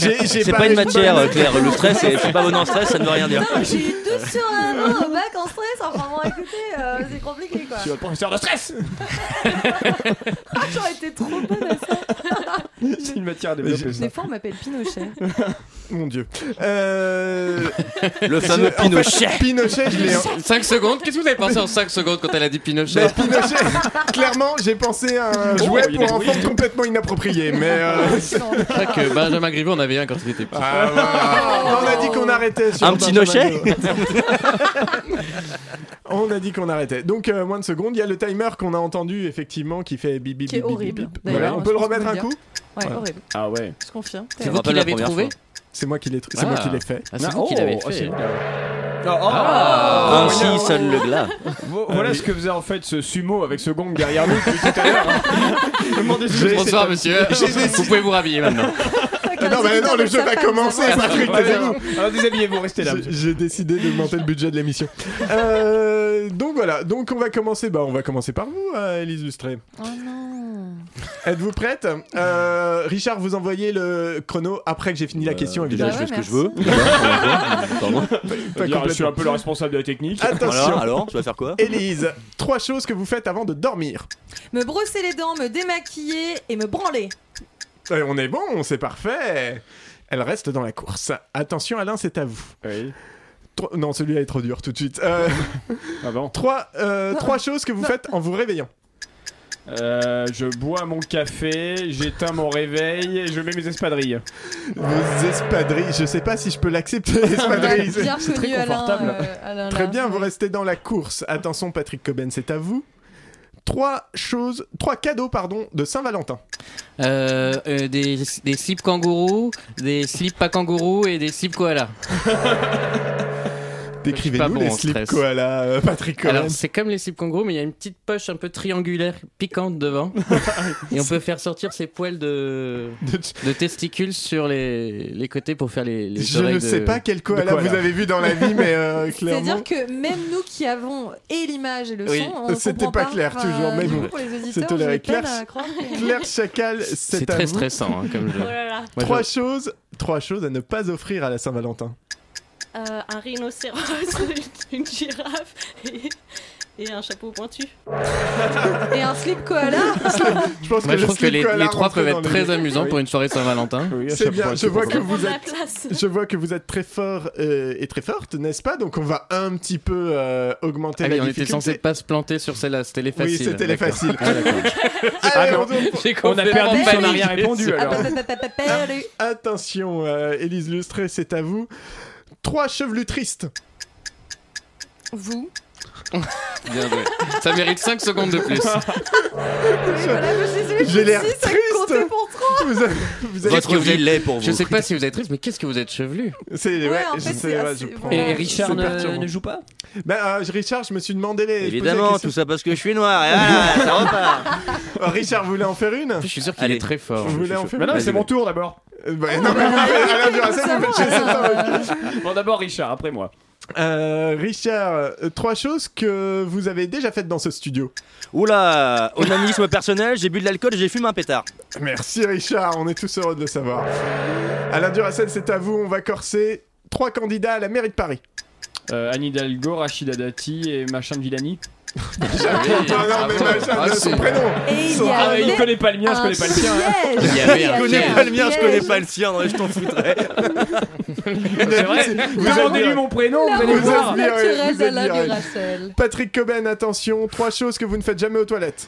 Speaker 4: J'ai- j'ai
Speaker 21: C'est pas une
Speaker 4: répondu.
Speaker 21: matière, euh, Claire. Le stress, c'est- je suis pas bon en stress, ça ne veut rien
Speaker 4: <laughs>
Speaker 21: dire.
Speaker 3: Non, mais J'ai eu
Speaker 2: <laughs>
Speaker 3: 12 sur la main au bac en stress. Enfin, bon, écoutez, euh, c'est compliqué quoi.
Speaker 10: Tu es un professeur de stress
Speaker 3: Ah, J'aurais été trop bonne à ça.
Speaker 10: C'est une matière à développer, ça.
Speaker 3: Des fois, on m'appelle Pinochet.
Speaker 4: Mon dieu. Euh,
Speaker 21: Le
Speaker 4: je-
Speaker 21: fameux
Speaker 4: en fait,
Speaker 21: Pinochet.
Speaker 4: Pinochet, je l'ai.
Speaker 19: 5 secondes Qu'est-ce que vous avez pensé en 5 secondes quand elle a dit Pinochet
Speaker 4: Mais Pinochet, clairement, j'ai pensé à un jouet
Speaker 19: Oh, il y a
Speaker 4: pour
Speaker 19: des
Speaker 4: enfants complètement inapproprié,
Speaker 3: <laughs>
Speaker 4: mais. euh,
Speaker 19: C'est vrai que
Speaker 3: bah,
Speaker 19: Benjamin Griveaux en avait un quand il était petit.
Speaker 4: Ah, voilà. On a dit qu'on arrêtait sur
Speaker 19: Un petit
Speaker 4: Benjamin
Speaker 19: nochet
Speaker 4: Griveaux. <laughs> On a dit qu'on arrêtait. Donc, euh, moins de secondes. Il y a le timer qu'on a entendu, effectivement, qui fait bip bip
Speaker 3: Qui est
Speaker 4: bip bip,
Speaker 3: horrible,
Speaker 4: bip.
Speaker 3: d'ailleurs,
Speaker 4: Voilà, on
Speaker 3: je
Speaker 4: peut le
Speaker 3: pense qu'on
Speaker 4: remettre
Speaker 3: peut
Speaker 4: un
Speaker 3: le
Speaker 4: coup
Speaker 3: dire. Ouais, horrible.
Speaker 10: Ah ouais.
Speaker 3: Je confirme.
Speaker 21: C'est vous qui l'avez trouvé
Speaker 4: C'est moi qui l'ai trouvé. C'est
Speaker 21: Ah.
Speaker 4: moi qui l'ai fait.
Speaker 21: Ah, c'est vous qui
Speaker 10: Oh,
Speaker 21: l'avez fait.
Speaker 10: Ah.
Speaker 21: Ainsi sonne le glas.
Speaker 10: Vo- Voilà ce que faisait en fait ce sumo avec ce gong derrière nous depuis tout à l'heure. <laughs> hein. Demandez si-
Speaker 19: Bonsoir monsieur,
Speaker 10: J'ai décidé-
Speaker 19: vous pouvez vous rhabiller maintenant.
Speaker 4: Ah non, mais non, le jeu va commencer, Patrick,
Speaker 10: Ouais,
Speaker 4: taisez-vous.
Speaker 10: ouais. Alors déshabillez-vous, restez là.
Speaker 4: J'ai- J'ai décidé d'augmenter le budget de l'émission. Euh, donc voilà, donc on va commencer. Bah, on va commencer par vous, euh, Élise Lustré.
Speaker 3: Oh non.
Speaker 4: Êtes-vous prête Euh, Richard, vous envoyez le chrono après que j'ai fini la question,
Speaker 21: Bah, déjà,
Speaker 4: évidemment.
Speaker 21: je fais ce que je veux.
Speaker 3: <laughs>
Speaker 21: Pardon.
Speaker 4: Pas
Speaker 10: Dire, Je suis
Speaker 4: complètement.
Speaker 10: un peu le responsable de la technique.
Speaker 4: Attention.
Speaker 21: Alors, alors, tu vas faire quoi
Speaker 4: Élise, trois choses que vous faites avant de dormir.
Speaker 3: Me brosser les dents, me démaquiller et me branler.
Speaker 4: Euh, on est bon, c'est parfait. Elle reste dans la course. Attention, Alain, c'est à vous. Tro- Non, celui-là est trop dur tout de suite.
Speaker 19: <laughs>
Speaker 4: Euh,
Speaker 19: Ah
Speaker 4: trois, euh, trois choses que vous faites en vous réveillant.
Speaker 10: Euh, je bois mon café, j'éteins mon réveil et je mets mes espadrilles.
Speaker 4: Vos espadrilles, je sais pas si je peux l'accepter, <laughs> espadrilles.
Speaker 3: Bien
Speaker 4: C'est
Speaker 3: connu, Alain, euh, Alain, là.
Speaker 4: Très bien, vous restez dans la course. Attention, Patrick Coben, c'est à vous. trois choses, trois cadeaux pardon, de Saint-Valentin.
Speaker 19: Euh, euh, des, des slips kangourous, des slips pas kangourous et des slips koala.
Speaker 4: <laughs> Décrivez-nous
Speaker 19: bon
Speaker 4: les
Speaker 19: en
Speaker 4: slips
Speaker 19: stress.
Speaker 4: koala, euh, Patrick Collins.
Speaker 19: Alors, c'est comme les slips kangourous, mais il y a une petite poche un peu triangulaire piquante
Speaker 4: <laughs>
Speaker 19: devant. et on peut faire sortir ses poils de, de testicules sur les, les côtés pour faire les, les
Speaker 4: Je
Speaker 19: oreilles
Speaker 4: ne
Speaker 19: de-
Speaker 4: sais pas quel
Speaker 19: de
Speaker 4: koala, vous avez vu dans la vie,
Speaker 3: <laughs>
Speaker 4: mais euh, clairement.
Speaker 3: C'est-à-dire que même nous qui avons et l'image et le
Speaker 4: Oui.
Speaker 3: son, on
Speaker 4: C'était
Speaker 3: comprend
Speaker 4: pas clair,
Speaker 3: Enfin,
Speaker 4: toujours, mais
Speaker 3: du
Speaker 4: bon.
Speaker 3: coup, pour les auditeurs,
Speaker 4: C'est toléré.
Speaker 3: j'ai peine
Speaker 4: Claire-
Speaker 3: à croire que-
Speaker 4: Claire Chacal, c'est
Speaker 19: C'est
Speaker 4: à
Speaker 19: très
Speaker 4: vous.
Speaker 19: stressant, hein,
Speaker 3: <laughs>
Speaker 19: comme jeu. Oh
Speaker 2: là là.
Speaker 19: Moi,
Speaker 4: Trois
Speaker 19: je-
Speaker 4: choses, trois choses à ne pas offrir à la Saint-Valentin.
Speaker 2: Euh, un rhinocéros, <laughs> une une girafe et, et un chapeau pointu.
Speaker 3: Et un slip
Speaker 4: <laughs>
Speaker 3: koala
Speaker 4: Je
Speaker 19: <laughs>
Speaker 4: pense
Speaker 19: Moi, je
Speaker 4: que le
Speaker 19: trouve que les,
Speaker 4: slip koala
Speaker 19: les trois
Speaker 4: rentre
Speaker 19: peuvent
Speaker 4: dans
Speaker 19: être
Speaker 4: les-
Speaker 19: très amusants
Speaker 4: Oui.
Speaker 19: pour une soirée Saint-Valentin. Ah
Speaker 4: C'est bien, je vois que
Speaker 2: Ça prend
Speaker 4: vous
Speaker 2: de la
Speaker 4: êtes,
Speaker 2: place.
Speaker 4: je vois que vous êtes très fort euh, et très forte, n'est-ce pas Donc on va un petit peu euh, augmenter
Speaker 19: Ah oui,
Speaker 4: la
Speaker 19: on était
Speaker 4: difficulté.
Speaker 19: censé pas se planter sur celle-là, c'était les
Speaker 4: Oui,
Speaker 19: faciles.
Speaker 4: c'était les
Speaker 19: D'accord.
Speaker 4: faciles.
Speaker 19: Ah, d'accord.
Speaker 4: Allez,
Speaker 19: Ah,
Speaker 4: on
Speaker 19: mais on-
Speaker 4: tourne-
Speaker 19: j'ai complètement paniqué. Ah, bah, bah,
Speaker 4: Ah, Attention, euh, Élise Lustré, c'est à vous. Trois chevelus tristes.
Speaker 3: Vous
Speaker 19: Bien joué. Ça mérite 5 secondes de
Speaker 4: <laughs>
Speaker 19: plus.
Speaker 4: J'ai l'air triste.
Speaker 3: pour
Speaker 4: Vous avez- vous avez-
Speaker 19: Qu'est-ce que vous êtes-
Speaker 11: est pour
Speaker 19: Je
Speaker 11: vous.
Speaker 19: sais pas si vous êtes triste, mais qu'est-ce que vous êtes chevelu
Speaker 4: C'est ouais,
Speaker 19: en
Speaker 4: je
Speaker 19: fait,
Speaker 4: sais,
Speaker 19: c'est
Speaker 4: ouais,
Speaker 19: assez-
Speaker 4: je prends-
Speaker 19: Et Richard
Speaker 4: c'est
Speaker 19: ne-
Speaker 4: perturbant.
Speaker 19: ne joue pas
Speaker 4: Bah, euh, je- Richard, je me suis demandé les.
Speaker 11: Évidemment, tout ça parce que je suis noir. Et
Speaker 4: <laughs>
Speaker 11: voilà, ça repart.
Speaker 4: Euh, Richard, vous voulez en faire une
Speaker 19: Je suis sûr qu'il est très fort.
Speaker 4: Je voulais en faire
Speaker 10: Bah non,
Speaker 4: une.
Speaker 10: c'est mon tour d'abord.
Speaker 4: Euh, bah, non, mais vous faites Alain Duracell, vous faites chez Satan.
Speaker 10: Bon, d'abord Richard, après moi.
Speaker 4: Euh, Richard, euh, trois choses que vous avez déjà faites dans ce studio.
Speaker 11: Oula, onanisme personnel, j'ai bu de l'alcool et j'ai fumé un pétard.
Speaker 4: Merci Richard, on est tous heureux de le savoir. Alain Duracel, c'est à vous, on va corser trois candidats à la mairie de Paris.
Speaker 10: Euh, Anne Hidalgo, Rachida Dati et machin de
Speaker 4: <laughs>
Speaker 10: Ah, Villani.
Speaker 4: Ah non, non, mais machin,
Speaker 10: Ah,
Speaker 4: de son prénom.
Speaker 3: Et il
Speaker 10: Son-
Speaker 3: y
Speaker 10: Ah,
Speaker 11: Eh,
Speaker 3: avait
Speaker 10: il connaît pas le mien, je connais pas le hein. sien.
Speaker 3: piège.
Speaker 11: hein. Il y avait un
Speaker 3: Il y avait
Speaker 11: connais pas le mien,
Speaker 3: piège.
Speaker 11: je connais pas le sien, non, mais je t'en foutrais.
Speaker 10: C'est vrai,
Speaker 4: Vous
Speaker 10: demandez-lui
Speaker 4: admirez-
Speaker 10: mon prénom, vous
Speaker 4: La
Speaker 10: allez
Speaker 4: route
Speaker 10: voir.
Speaker 4: admirez-
Speaker 3: naturelle
Speaker 4: vous
Speaker 3: d'Alain
Speaker 4: admirez.
Speaker 3: Duracell.
Speaker 4: Patrick Coben, attention, trois choses que vous ne faites jamais aux toilettes.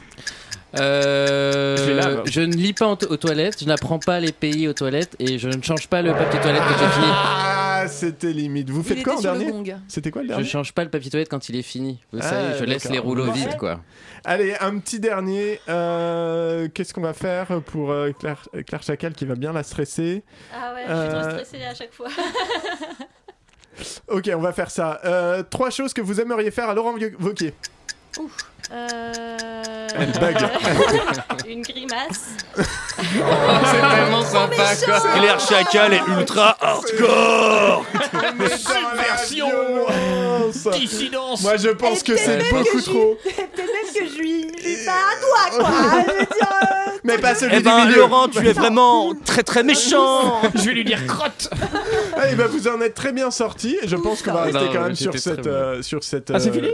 Speaker 19: Euh,
Speaker 10: Je les lave.
Speaker 19: je ne lis pas en- aux toilettes, je n'apprends pas les pays aux toilettes et je ne change pas le papier toilette quand j'ai fini.
Speaker 4: Ah, c'était limite. Vous faites
Speaker 3: était
Speaker 4: quoi en
Speaker 3: sur le
Speaker 4: dernier
Speaker 3: gong.
Speaker 4: C'était quoi le
Speaker 19: Je
Speaker 4: dernier
Speaker 19: change pas le papier toilette quand il est fini. Vous
Speaker 4: Ah,
Speaker 19: savez, je laisse
Speaker 4: d'accord.
Speaker 19: les rouleaux
Speaker 4: Ouais.
Speaker 19: vides quoi.
Speaker 4: Allez, un petit dernier. euh, Qu'est-ce qu'on va faire pour euh, Claire, Claire Chacal qui va bien la stresser
Speaker 2: Ah ouais, je suis
Speaker 4: Euh,
Speaker 2: trop stressée à chaque fois.
Speaker 4: Ok, on va faire ça. Euh, trois choses que vous aimeriez faire à Laurent Vieux- Wauquiez.
Speaker 2: Euh...
Speaker 4: Une
Speaker 10: <laughs>
Speaker 4: bague.
Speaker 2: Une
Speaker 4: <laughs>
Speaker 2: grimace.
Speaker 19: C'est tellement sympa quoi.
Speaker 11: Claire Chacal est ultra hardcore.
Speaker 4: Version
Speaker 11: Dissidence.
Speaker 4: Moi, je pense que c'est beaucoup trop.
Speaker 3: <laughs> Peut-être même que je lui je lui fais à
Speaker 4: <laughs>
Speaker 3: toi, quoi. Je veux dire, euh,
Speaker 4: Mais pas celui
Speaker 11: Eh ben,
Speaker 4: du milieu.
Speaker 11: Laurent, tu es vraiment très très méchant.
Speaker 10: Je vais lui dire crotte.
Speaker 4: Eh ben, vous en êtes très bien sorti. Je pense qu'on va rester
Speaker 19: Non,
Speaker 4: quand même
Speaker 19: mais
Speaker 4: sur
Speaker 19: c'était
Speaker 4: cette,
Speaker 19: très
Speaker 4: euh, sur cette.
Speaker 10: Ah, c'est
Speaker 4: euh,
Speaker 10: fini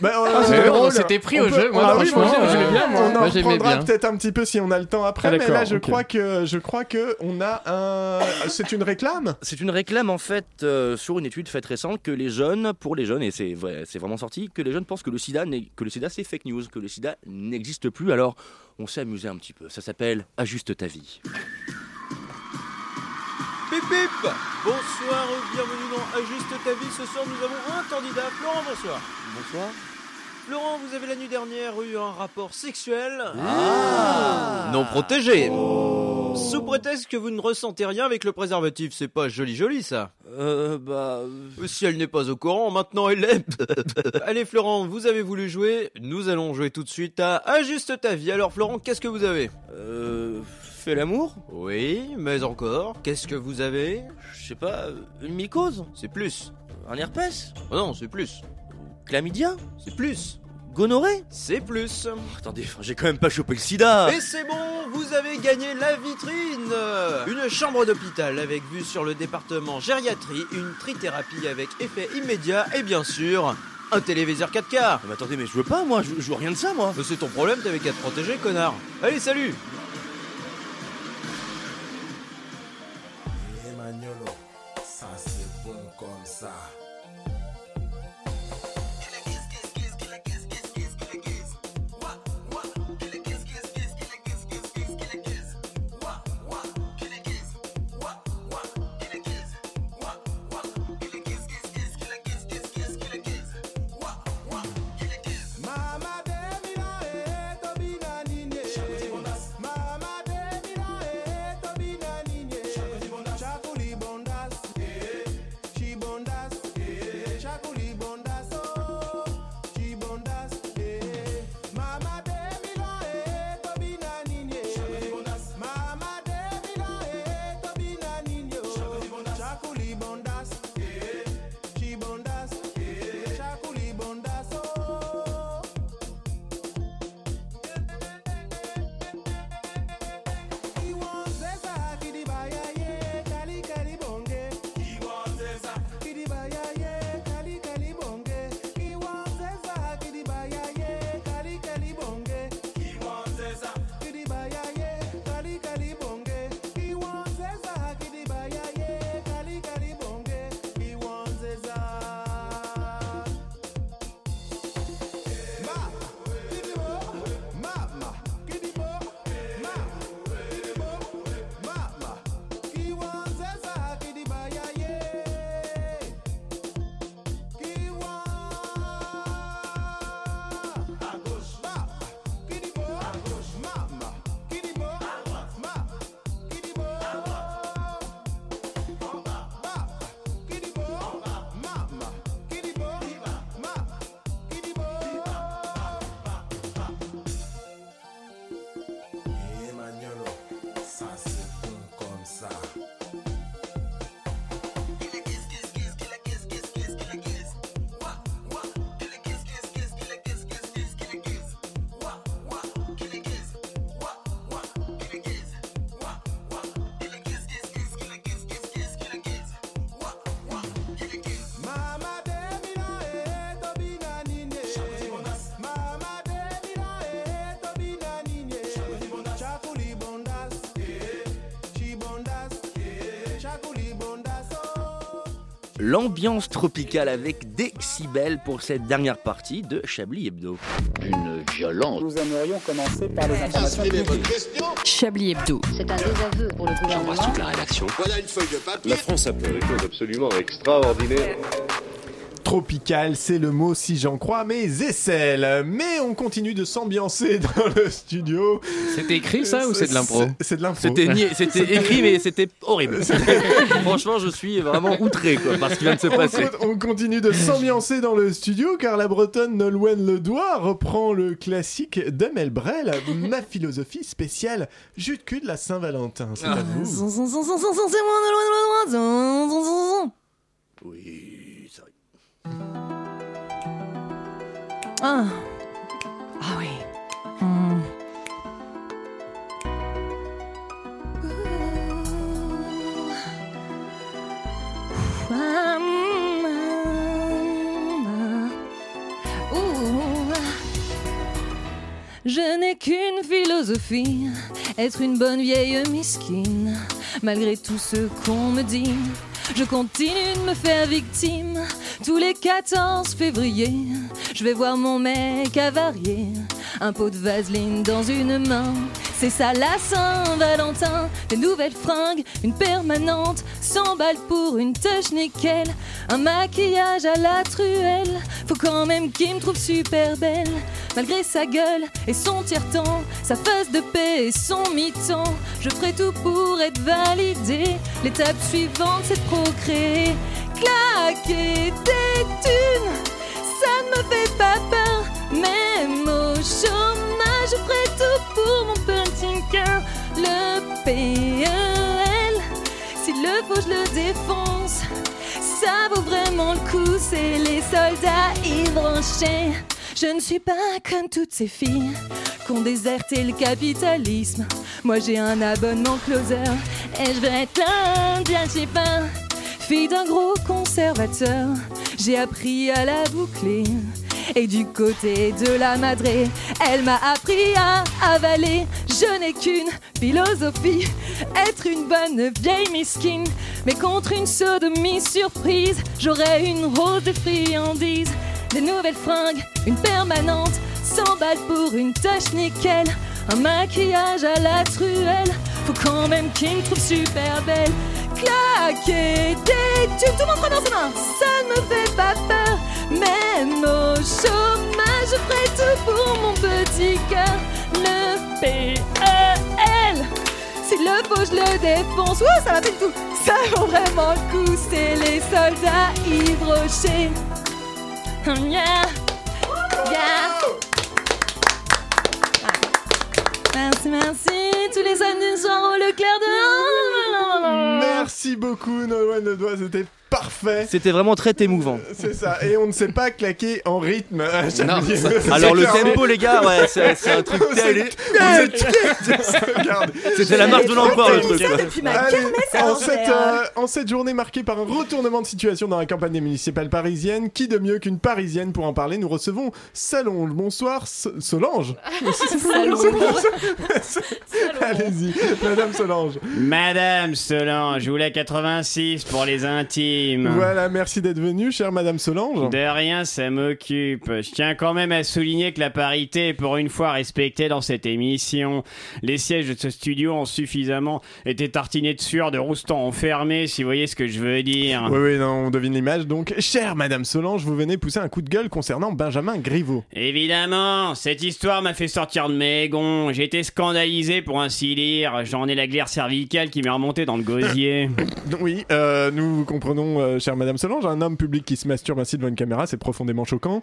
Speaker 4: bah, euh,
Speaker 10: c'est
Speaker 4: euh,
Speaker 10: drôle.
Speaker 19: Ah, On s'était pris au
Speaker 4: peut-
Speaker 19: jeu, moi,
Speaker 4: Ah oui,
Speaker 19: franchement, euh,
Speaker 4: moi,
Speaker 10: j'aimais bien, moi.
Speaker 4: On en
Speaker 19: Moi, j'aimais
Speaker 4: reprendra
Speaker 19: bien.
Speaker 4: peut-être un petit peu si on a le temps après.
Speaker 10: Ah,
Speaker 4: mais
Speaker 10: d'accord,
Speaker 4: là, je
Speaker 10: ok.
Speaker 4: crois que je crois que on a un. C'est une réclame.
Speaker 11: C'est une réclame en fait euh, sur une étude faite récente que les jeunes, pour les jeunes, et c'est vrai, c'est vraiment sorti, que les jeunes pensent que le sida, n'est- que le sida c'est fake news, que le sida n'existe plus. Alors on s'est amusé un petit peu. Ça s'appelle Ajuste ta vie.
Speaker 20: Pip pip Bonsoir et bienvenue dans Ajuste ta vie. Ce soir, nous avons un candidat. Florent, bonsoir.
Speaker 11: Bonsoir.
Speaker 20: Florent, vous avez la nuit dernière eu un rapport sexuel.
Speaker 1: Non protégé.
Speaker 20: Sous prétexte que vous ne ressentez rien avec le préservatif, c'est pas joli joli ça.
Speaker 11: Euh bah. euh,
Speaker 20: Si elle n'est pas au courant, maintenant elle
Speaker 11: <laughs>
Speaker 20: l'est. Allez Florent, vous avez voulu jouer, nous allons jouer tout de suite à Ajuste ta vie. Alors Florent, qu'est-ce que vous avez
Speaker 11: Euh. Fais l'amour
Speaker 20: Oui, mais encore, qu'est-ce que vous avez
Speaker 11: Je sais pas. euh, Une mycose
Speaker 20: C'est plus.
Speaker 11: Un herpès
Speaker 20: Oh non, c'est plus.
Speaker 11: Chlamydia
Speaker 20: C'est plus.
Speaker 11: Gonorrhée
Speaker 20: C'est plus.
Speaker 11: Attendez, j'ai quand même pas chopé le sida
Speaker 20: Et c'est bon, vous avez gagné la vitrine Une chambre d'hôpital avec vue sur le département gériatrie, une trithérapie avec effet immédiat et bien sûr, un téléviseur 4K
Speaker 11: Ah, Mais attendez, mais je veux pas moi, je, je veux rien de ça moi
Speaker 20: Mais c'est ton problème, t'avais qu'à te protéger, connard Allez, salut
Speaker 13: Mama, demi la
Speaker 11: l'ambiance tropicale avec Décibel pour cette dernière partie de Chablis Hebdo. Une violente.
Speaker 23: Nous aimerions commencer par les informations publiques.
Speaker 24: Chablis Hebdo.
Speaker 2: C'est un désaveu pour le gouvernement.
Speaker 6: la rédaction.
Speaker 25: Voilà une feuille de papier.
Speaker 6: La France a fait des choses absolument extraordinaires.
Speaker 4: Tropical, c'est le mot si j'en crois mes aisselles. Mais on continue de s'ambiancer <laughs> dans le studio. Euh,
Speaker 19: C'était écrit ça ou c'est de l'impro
Speaker 4: C'est- C'est de l'impro.
Speaker 11: C'était nié- <laughs> c'était écrit, mais c'était horrible. <laughs> Franchement, je suis vraiment outré quoi, par ce qui vient de se
Speaker 4: On
Speaker 11: passer.
Speaker 4: co- On continue de s'ambiancer dans le studio car la bretonne Nolwenn Ledoir reprend le classique d'Amel Brel, ma philosophie spéciale, jus de cul de la Saint-Valentin. C'est
Speaker 11: Ah.
Speaker 4: à vous.
Speaker 7: Ah. Ah oui.
Speaker 4: Mmh.
Speaker 7: Hmm. Je n'ai qu'une philosophie, être une bonne vieille misquine. Malgré tout ce qu'on me dit, je continue de me faire victime. Tous les 14 février, je vais voir mon mec avarié. Un pot de vaseline dans une main, c'est ça la Saint-Valentin. Des nouvelles fringues, une permanente, 100 balles pour une touche nickel. Un maquillage à la truelle, faut quand même qu'il me trouve super belle. Malgré sa gueule et son tiers-temps, sa face de paix et son mi-temps, je ferai tout pour être validée. L'étape suivante, c'est de procréer. Claquer des thunes, ça ne me fait pas peur. Même au chômage, je ferai tout pour mon petit cœur. Le PEL, s'il le faut, je le défonce. Ça vaut vraiment le coup, c'est les soldats ivranchés. Je ne suis pas comme toutes ces filles qu'on déserté le capitalisme. Moi j'ai un abonnement closer et je veux être l'Indien pas Fille d'un gros conservateur, j'ai appris à la boucler. Et du côté de la madrée, elle m'a appris à avaler. Je n'ai qu'une philosophie, être une bonne vieille misquine. Mais contre une sodomie surprise, j'aurai une rose de friandises. Des nouvelles fringues, une permanente, 100 balles pour une tâche nickel. Un maquillage à la truelle, faut quand même qu'il me trouve super belle. Claquer des tubes, tout le monde prend dans ses mains, ça ne me fait pas peur. Même au chômage, je ferai tout pour mon petit cœur. Le PEL, s'il le faut, je le défonce. Ouh, ça m'appelle tout, ça vaut vraiment le coup. C'est les soldats ivrochés. Hum, yeah. Yeah. Merci, merci. Tous les samedis soirs au Leclerc de.
Speaker 4: Merci beaucoup Nolwenn Ledoir, c'était parfait.
Speaker 11: C'était vraiment très émouvant.
Speaker 4: C'est ça, et on ne sait pas claquer en rythme. à chaque
Speaker 11: Non,
Speaker 4: minute.
Speaker 11: ça-
Speaker 4: C'est
Speaker 11: Alors, le
Speaker 4: clair.
Speaker 11: tempo, les gars, ouais, c'est- c'est un truc
Speaker 4: Vous
Speaker 11: tel-
Speaker 4: êtes-
Speaker 3: Ah,
Speaker 4: vous êtes- <laughs> Regarde.
Speaker 11: C'était la marche de l'empereur, le truc, quoi.
Speaker 4: Allez,
Speaker 8: à
Speaker 4: en,
Speaker 8: l'enfer.
Speaker 4: cette, euh, en cette journée marquée par un retournement de situation dans la campagne municipale parisienne, qui de mieux qu'une parisienne pour en parler Nous recevons Salon. Bonsoir, S- Solange. <laughs> Allez-y, Madame Solange.
Speaker 9: Madame Solange, ou la 86 pour les intimes.
Speaker 4: Voilà, merci d'être venue, chère Madame Solange.
Speaker 9: De rien, ça m'occupe. Je tiens quand même à souligner que la parité est pour une fois respectée dans cette émission. Les sièges de ce studio ont suffisamment été tartinés de sueur, de roustons enfermés, si vous voyez ce que je veux dire.
Speaker 4: Oui, oui, non, on devine l'image. Donc, chère Madame Solange, vous venez pousser un coup de gueule concernant Benjamin Griveaux.
Speaker 9: Évidemment, cette histoire m'a fait sortir de mes gonds. J'ai été scandalisé pour ainsi dire. J'en ai la glaire cervicale qui m'est remontée dans le
Speaker 4: <laughs>
Speaker 9: gosier.
Speaker 4: Oui, euh, nous comprenons, euh, chère Madame Solange, un homme public qui se masturbe ainsi devant une caméra, c'est profondément choquant.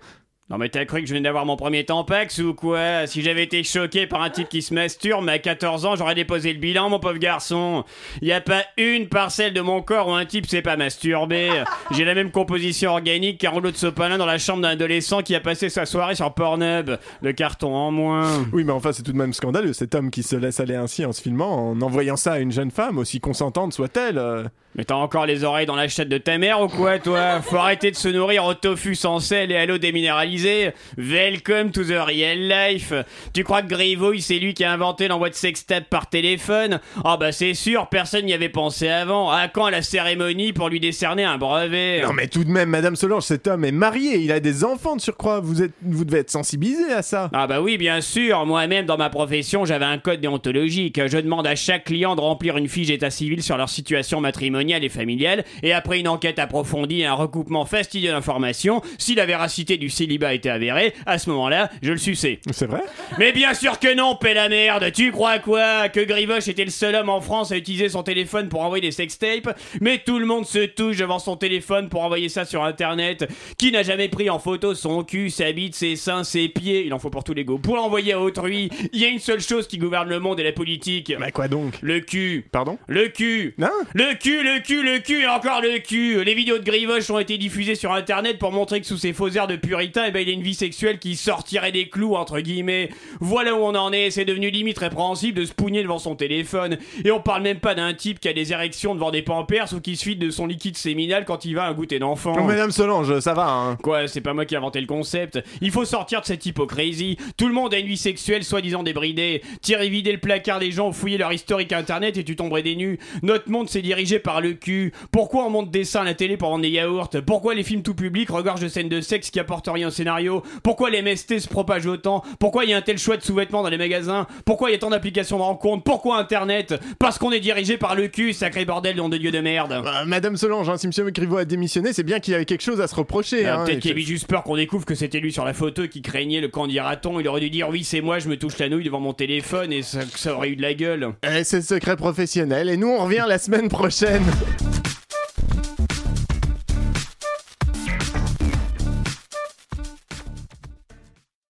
Speaker 9: Non mais t'as cru que je venais d'avoir mon premier Tampax ou quoi Si j'avais été choqué par un type qui se masturbe, mais à 14 ans j'aurais déposé le bilan mon pauvre garçon Y a pas une parcelle de mon corps où un type s'est pas masturbé J'ai la même composition organique qu'un rouleau de sopalin dans la chambre d'un adolescent qui a passé sa soirée sur Pornhub Le carton en moins
Speaker 4: Oui, mais enfin, c'est tout de même scandaleux, cet homme qui se laisse aller ainsi en se filmant, en envoyant ça à une jeune femme, aussi consentante soit-elle. euh.
Speaker 9: Mais t'as encore les oreilles dans la chatte de ta mère ou quoi, toi Faut arrêter de se nourrir au tofu sans sel et à l'eau déminéralisée. Welcome to the real life. Tu crois que Grivouille, c'est lui qui a inventé l'envoi de sextape par téléphone Ah bah c'est sûr, personne n'y avait pensé avant. À quand la cérémonie pour lui décerner un brevet
Speaker 4: Non mais tout de même, Madame Solange, cet homme est marié, il a des enfants de surcroît, vous, êtes, vous devez être sensibilisé à ça.
Speaker 9: Ah bah oui, bien sûr. Moi-même, dans ma profession, j'avais un code déontologique. Je demande à chaque client de remplir une fiche d'état civil sur leur situation matrimoniale et familiale, et après une enquête approfondie et un recoupement fastidieux d'informations, si la véracité du célibat était avérée, à ce moment-là, je le suçais.
Speaker 4: C'est vrai
Speaker 9: Mais bien sûr que non, paix la merde Tu crois quoi Que Grivoche était le seul homme en France à utiliser son téléphone pour envoyer des sextapes Mais tout le monde se touche devant son téléphone pour envoyer ça sur Internet. Qui n'a jamais pris en photo son cul, sa bite, ses seins, ses pieds Il en faut pour tous les goûts. Pour l'envoyer à autrui, il y a une seule chose qui gouverne le monde et la politique.
Speaker 4: Mais Bah, quoi donc
Speaker 9: Le cul.
Speaker 4: Pardon
Speaker 9: Le cul. le cul, le cul, le cul et encore le cul. Les vidéos de Grivoche ont été diffusées sur Internet pour montrer que sous ses faux airs de puritain, eh ben, il a une vie sexuelle qui sortirait des clous, entre guillemets. Voilà où on en est. C'est devenu limite répréhensible de se pougner devant son téléphone. Et on parle même pas d'un type qui a des érections devant des pampers ou qui se vide de son liquide séminal quand il va à un goûter d'enfant.
Speaker 4: Non, Madame Solange, ça va, hein
Speaker 9: Quoi, c'est pas moi qui ai inventé le concept. Il faut sortir de cette hypocrisie. Tout le monde a une vie sexuelle soi-disant débridée. Tirer vider le placard des gens, fouiller leur historique internet et tu tomberais des nues. Notre monde s'est dirigé par le cul. Pourquoi on monte des seins à la télé pour vendre des yaourts Pourquoi les films tout public regorgent de scènes de sexe qui apportent rien au scénario Pourquoi les MST se propagent autant Pourquoi il y a un tel choix de sous-vêtements dans les magasins Pourquoi il y a tant d'applications de rencontres Pourquoi Internet Parce qu'on est dirigé par le cul, sacré bordel, nom de dieu de merde.
Speaker 4: Euh, Madame Solange, hein, si Monsieur Griveaux a démissionné, c'est bien qu'il y avait quelque chose à se reprocher.
Speaker 9: Ah,
Speaker 4: hein,
Speaker 9: Peut-être
Speaker 4: et
Speaker 9: qu'il
Speaker 4: que-
Speaker 9: avait juste peur qu'on découvre que c'était lui sur la photo qui craignait le candidaton. Il aurait dû dire oui, c'est moi, je me touche la nouille devant mon téléphone et ça, ça aurait eu de la gueule.
Speaker 4: Eh, c'est le secret professionnel et nous on revient la semaine prochaine.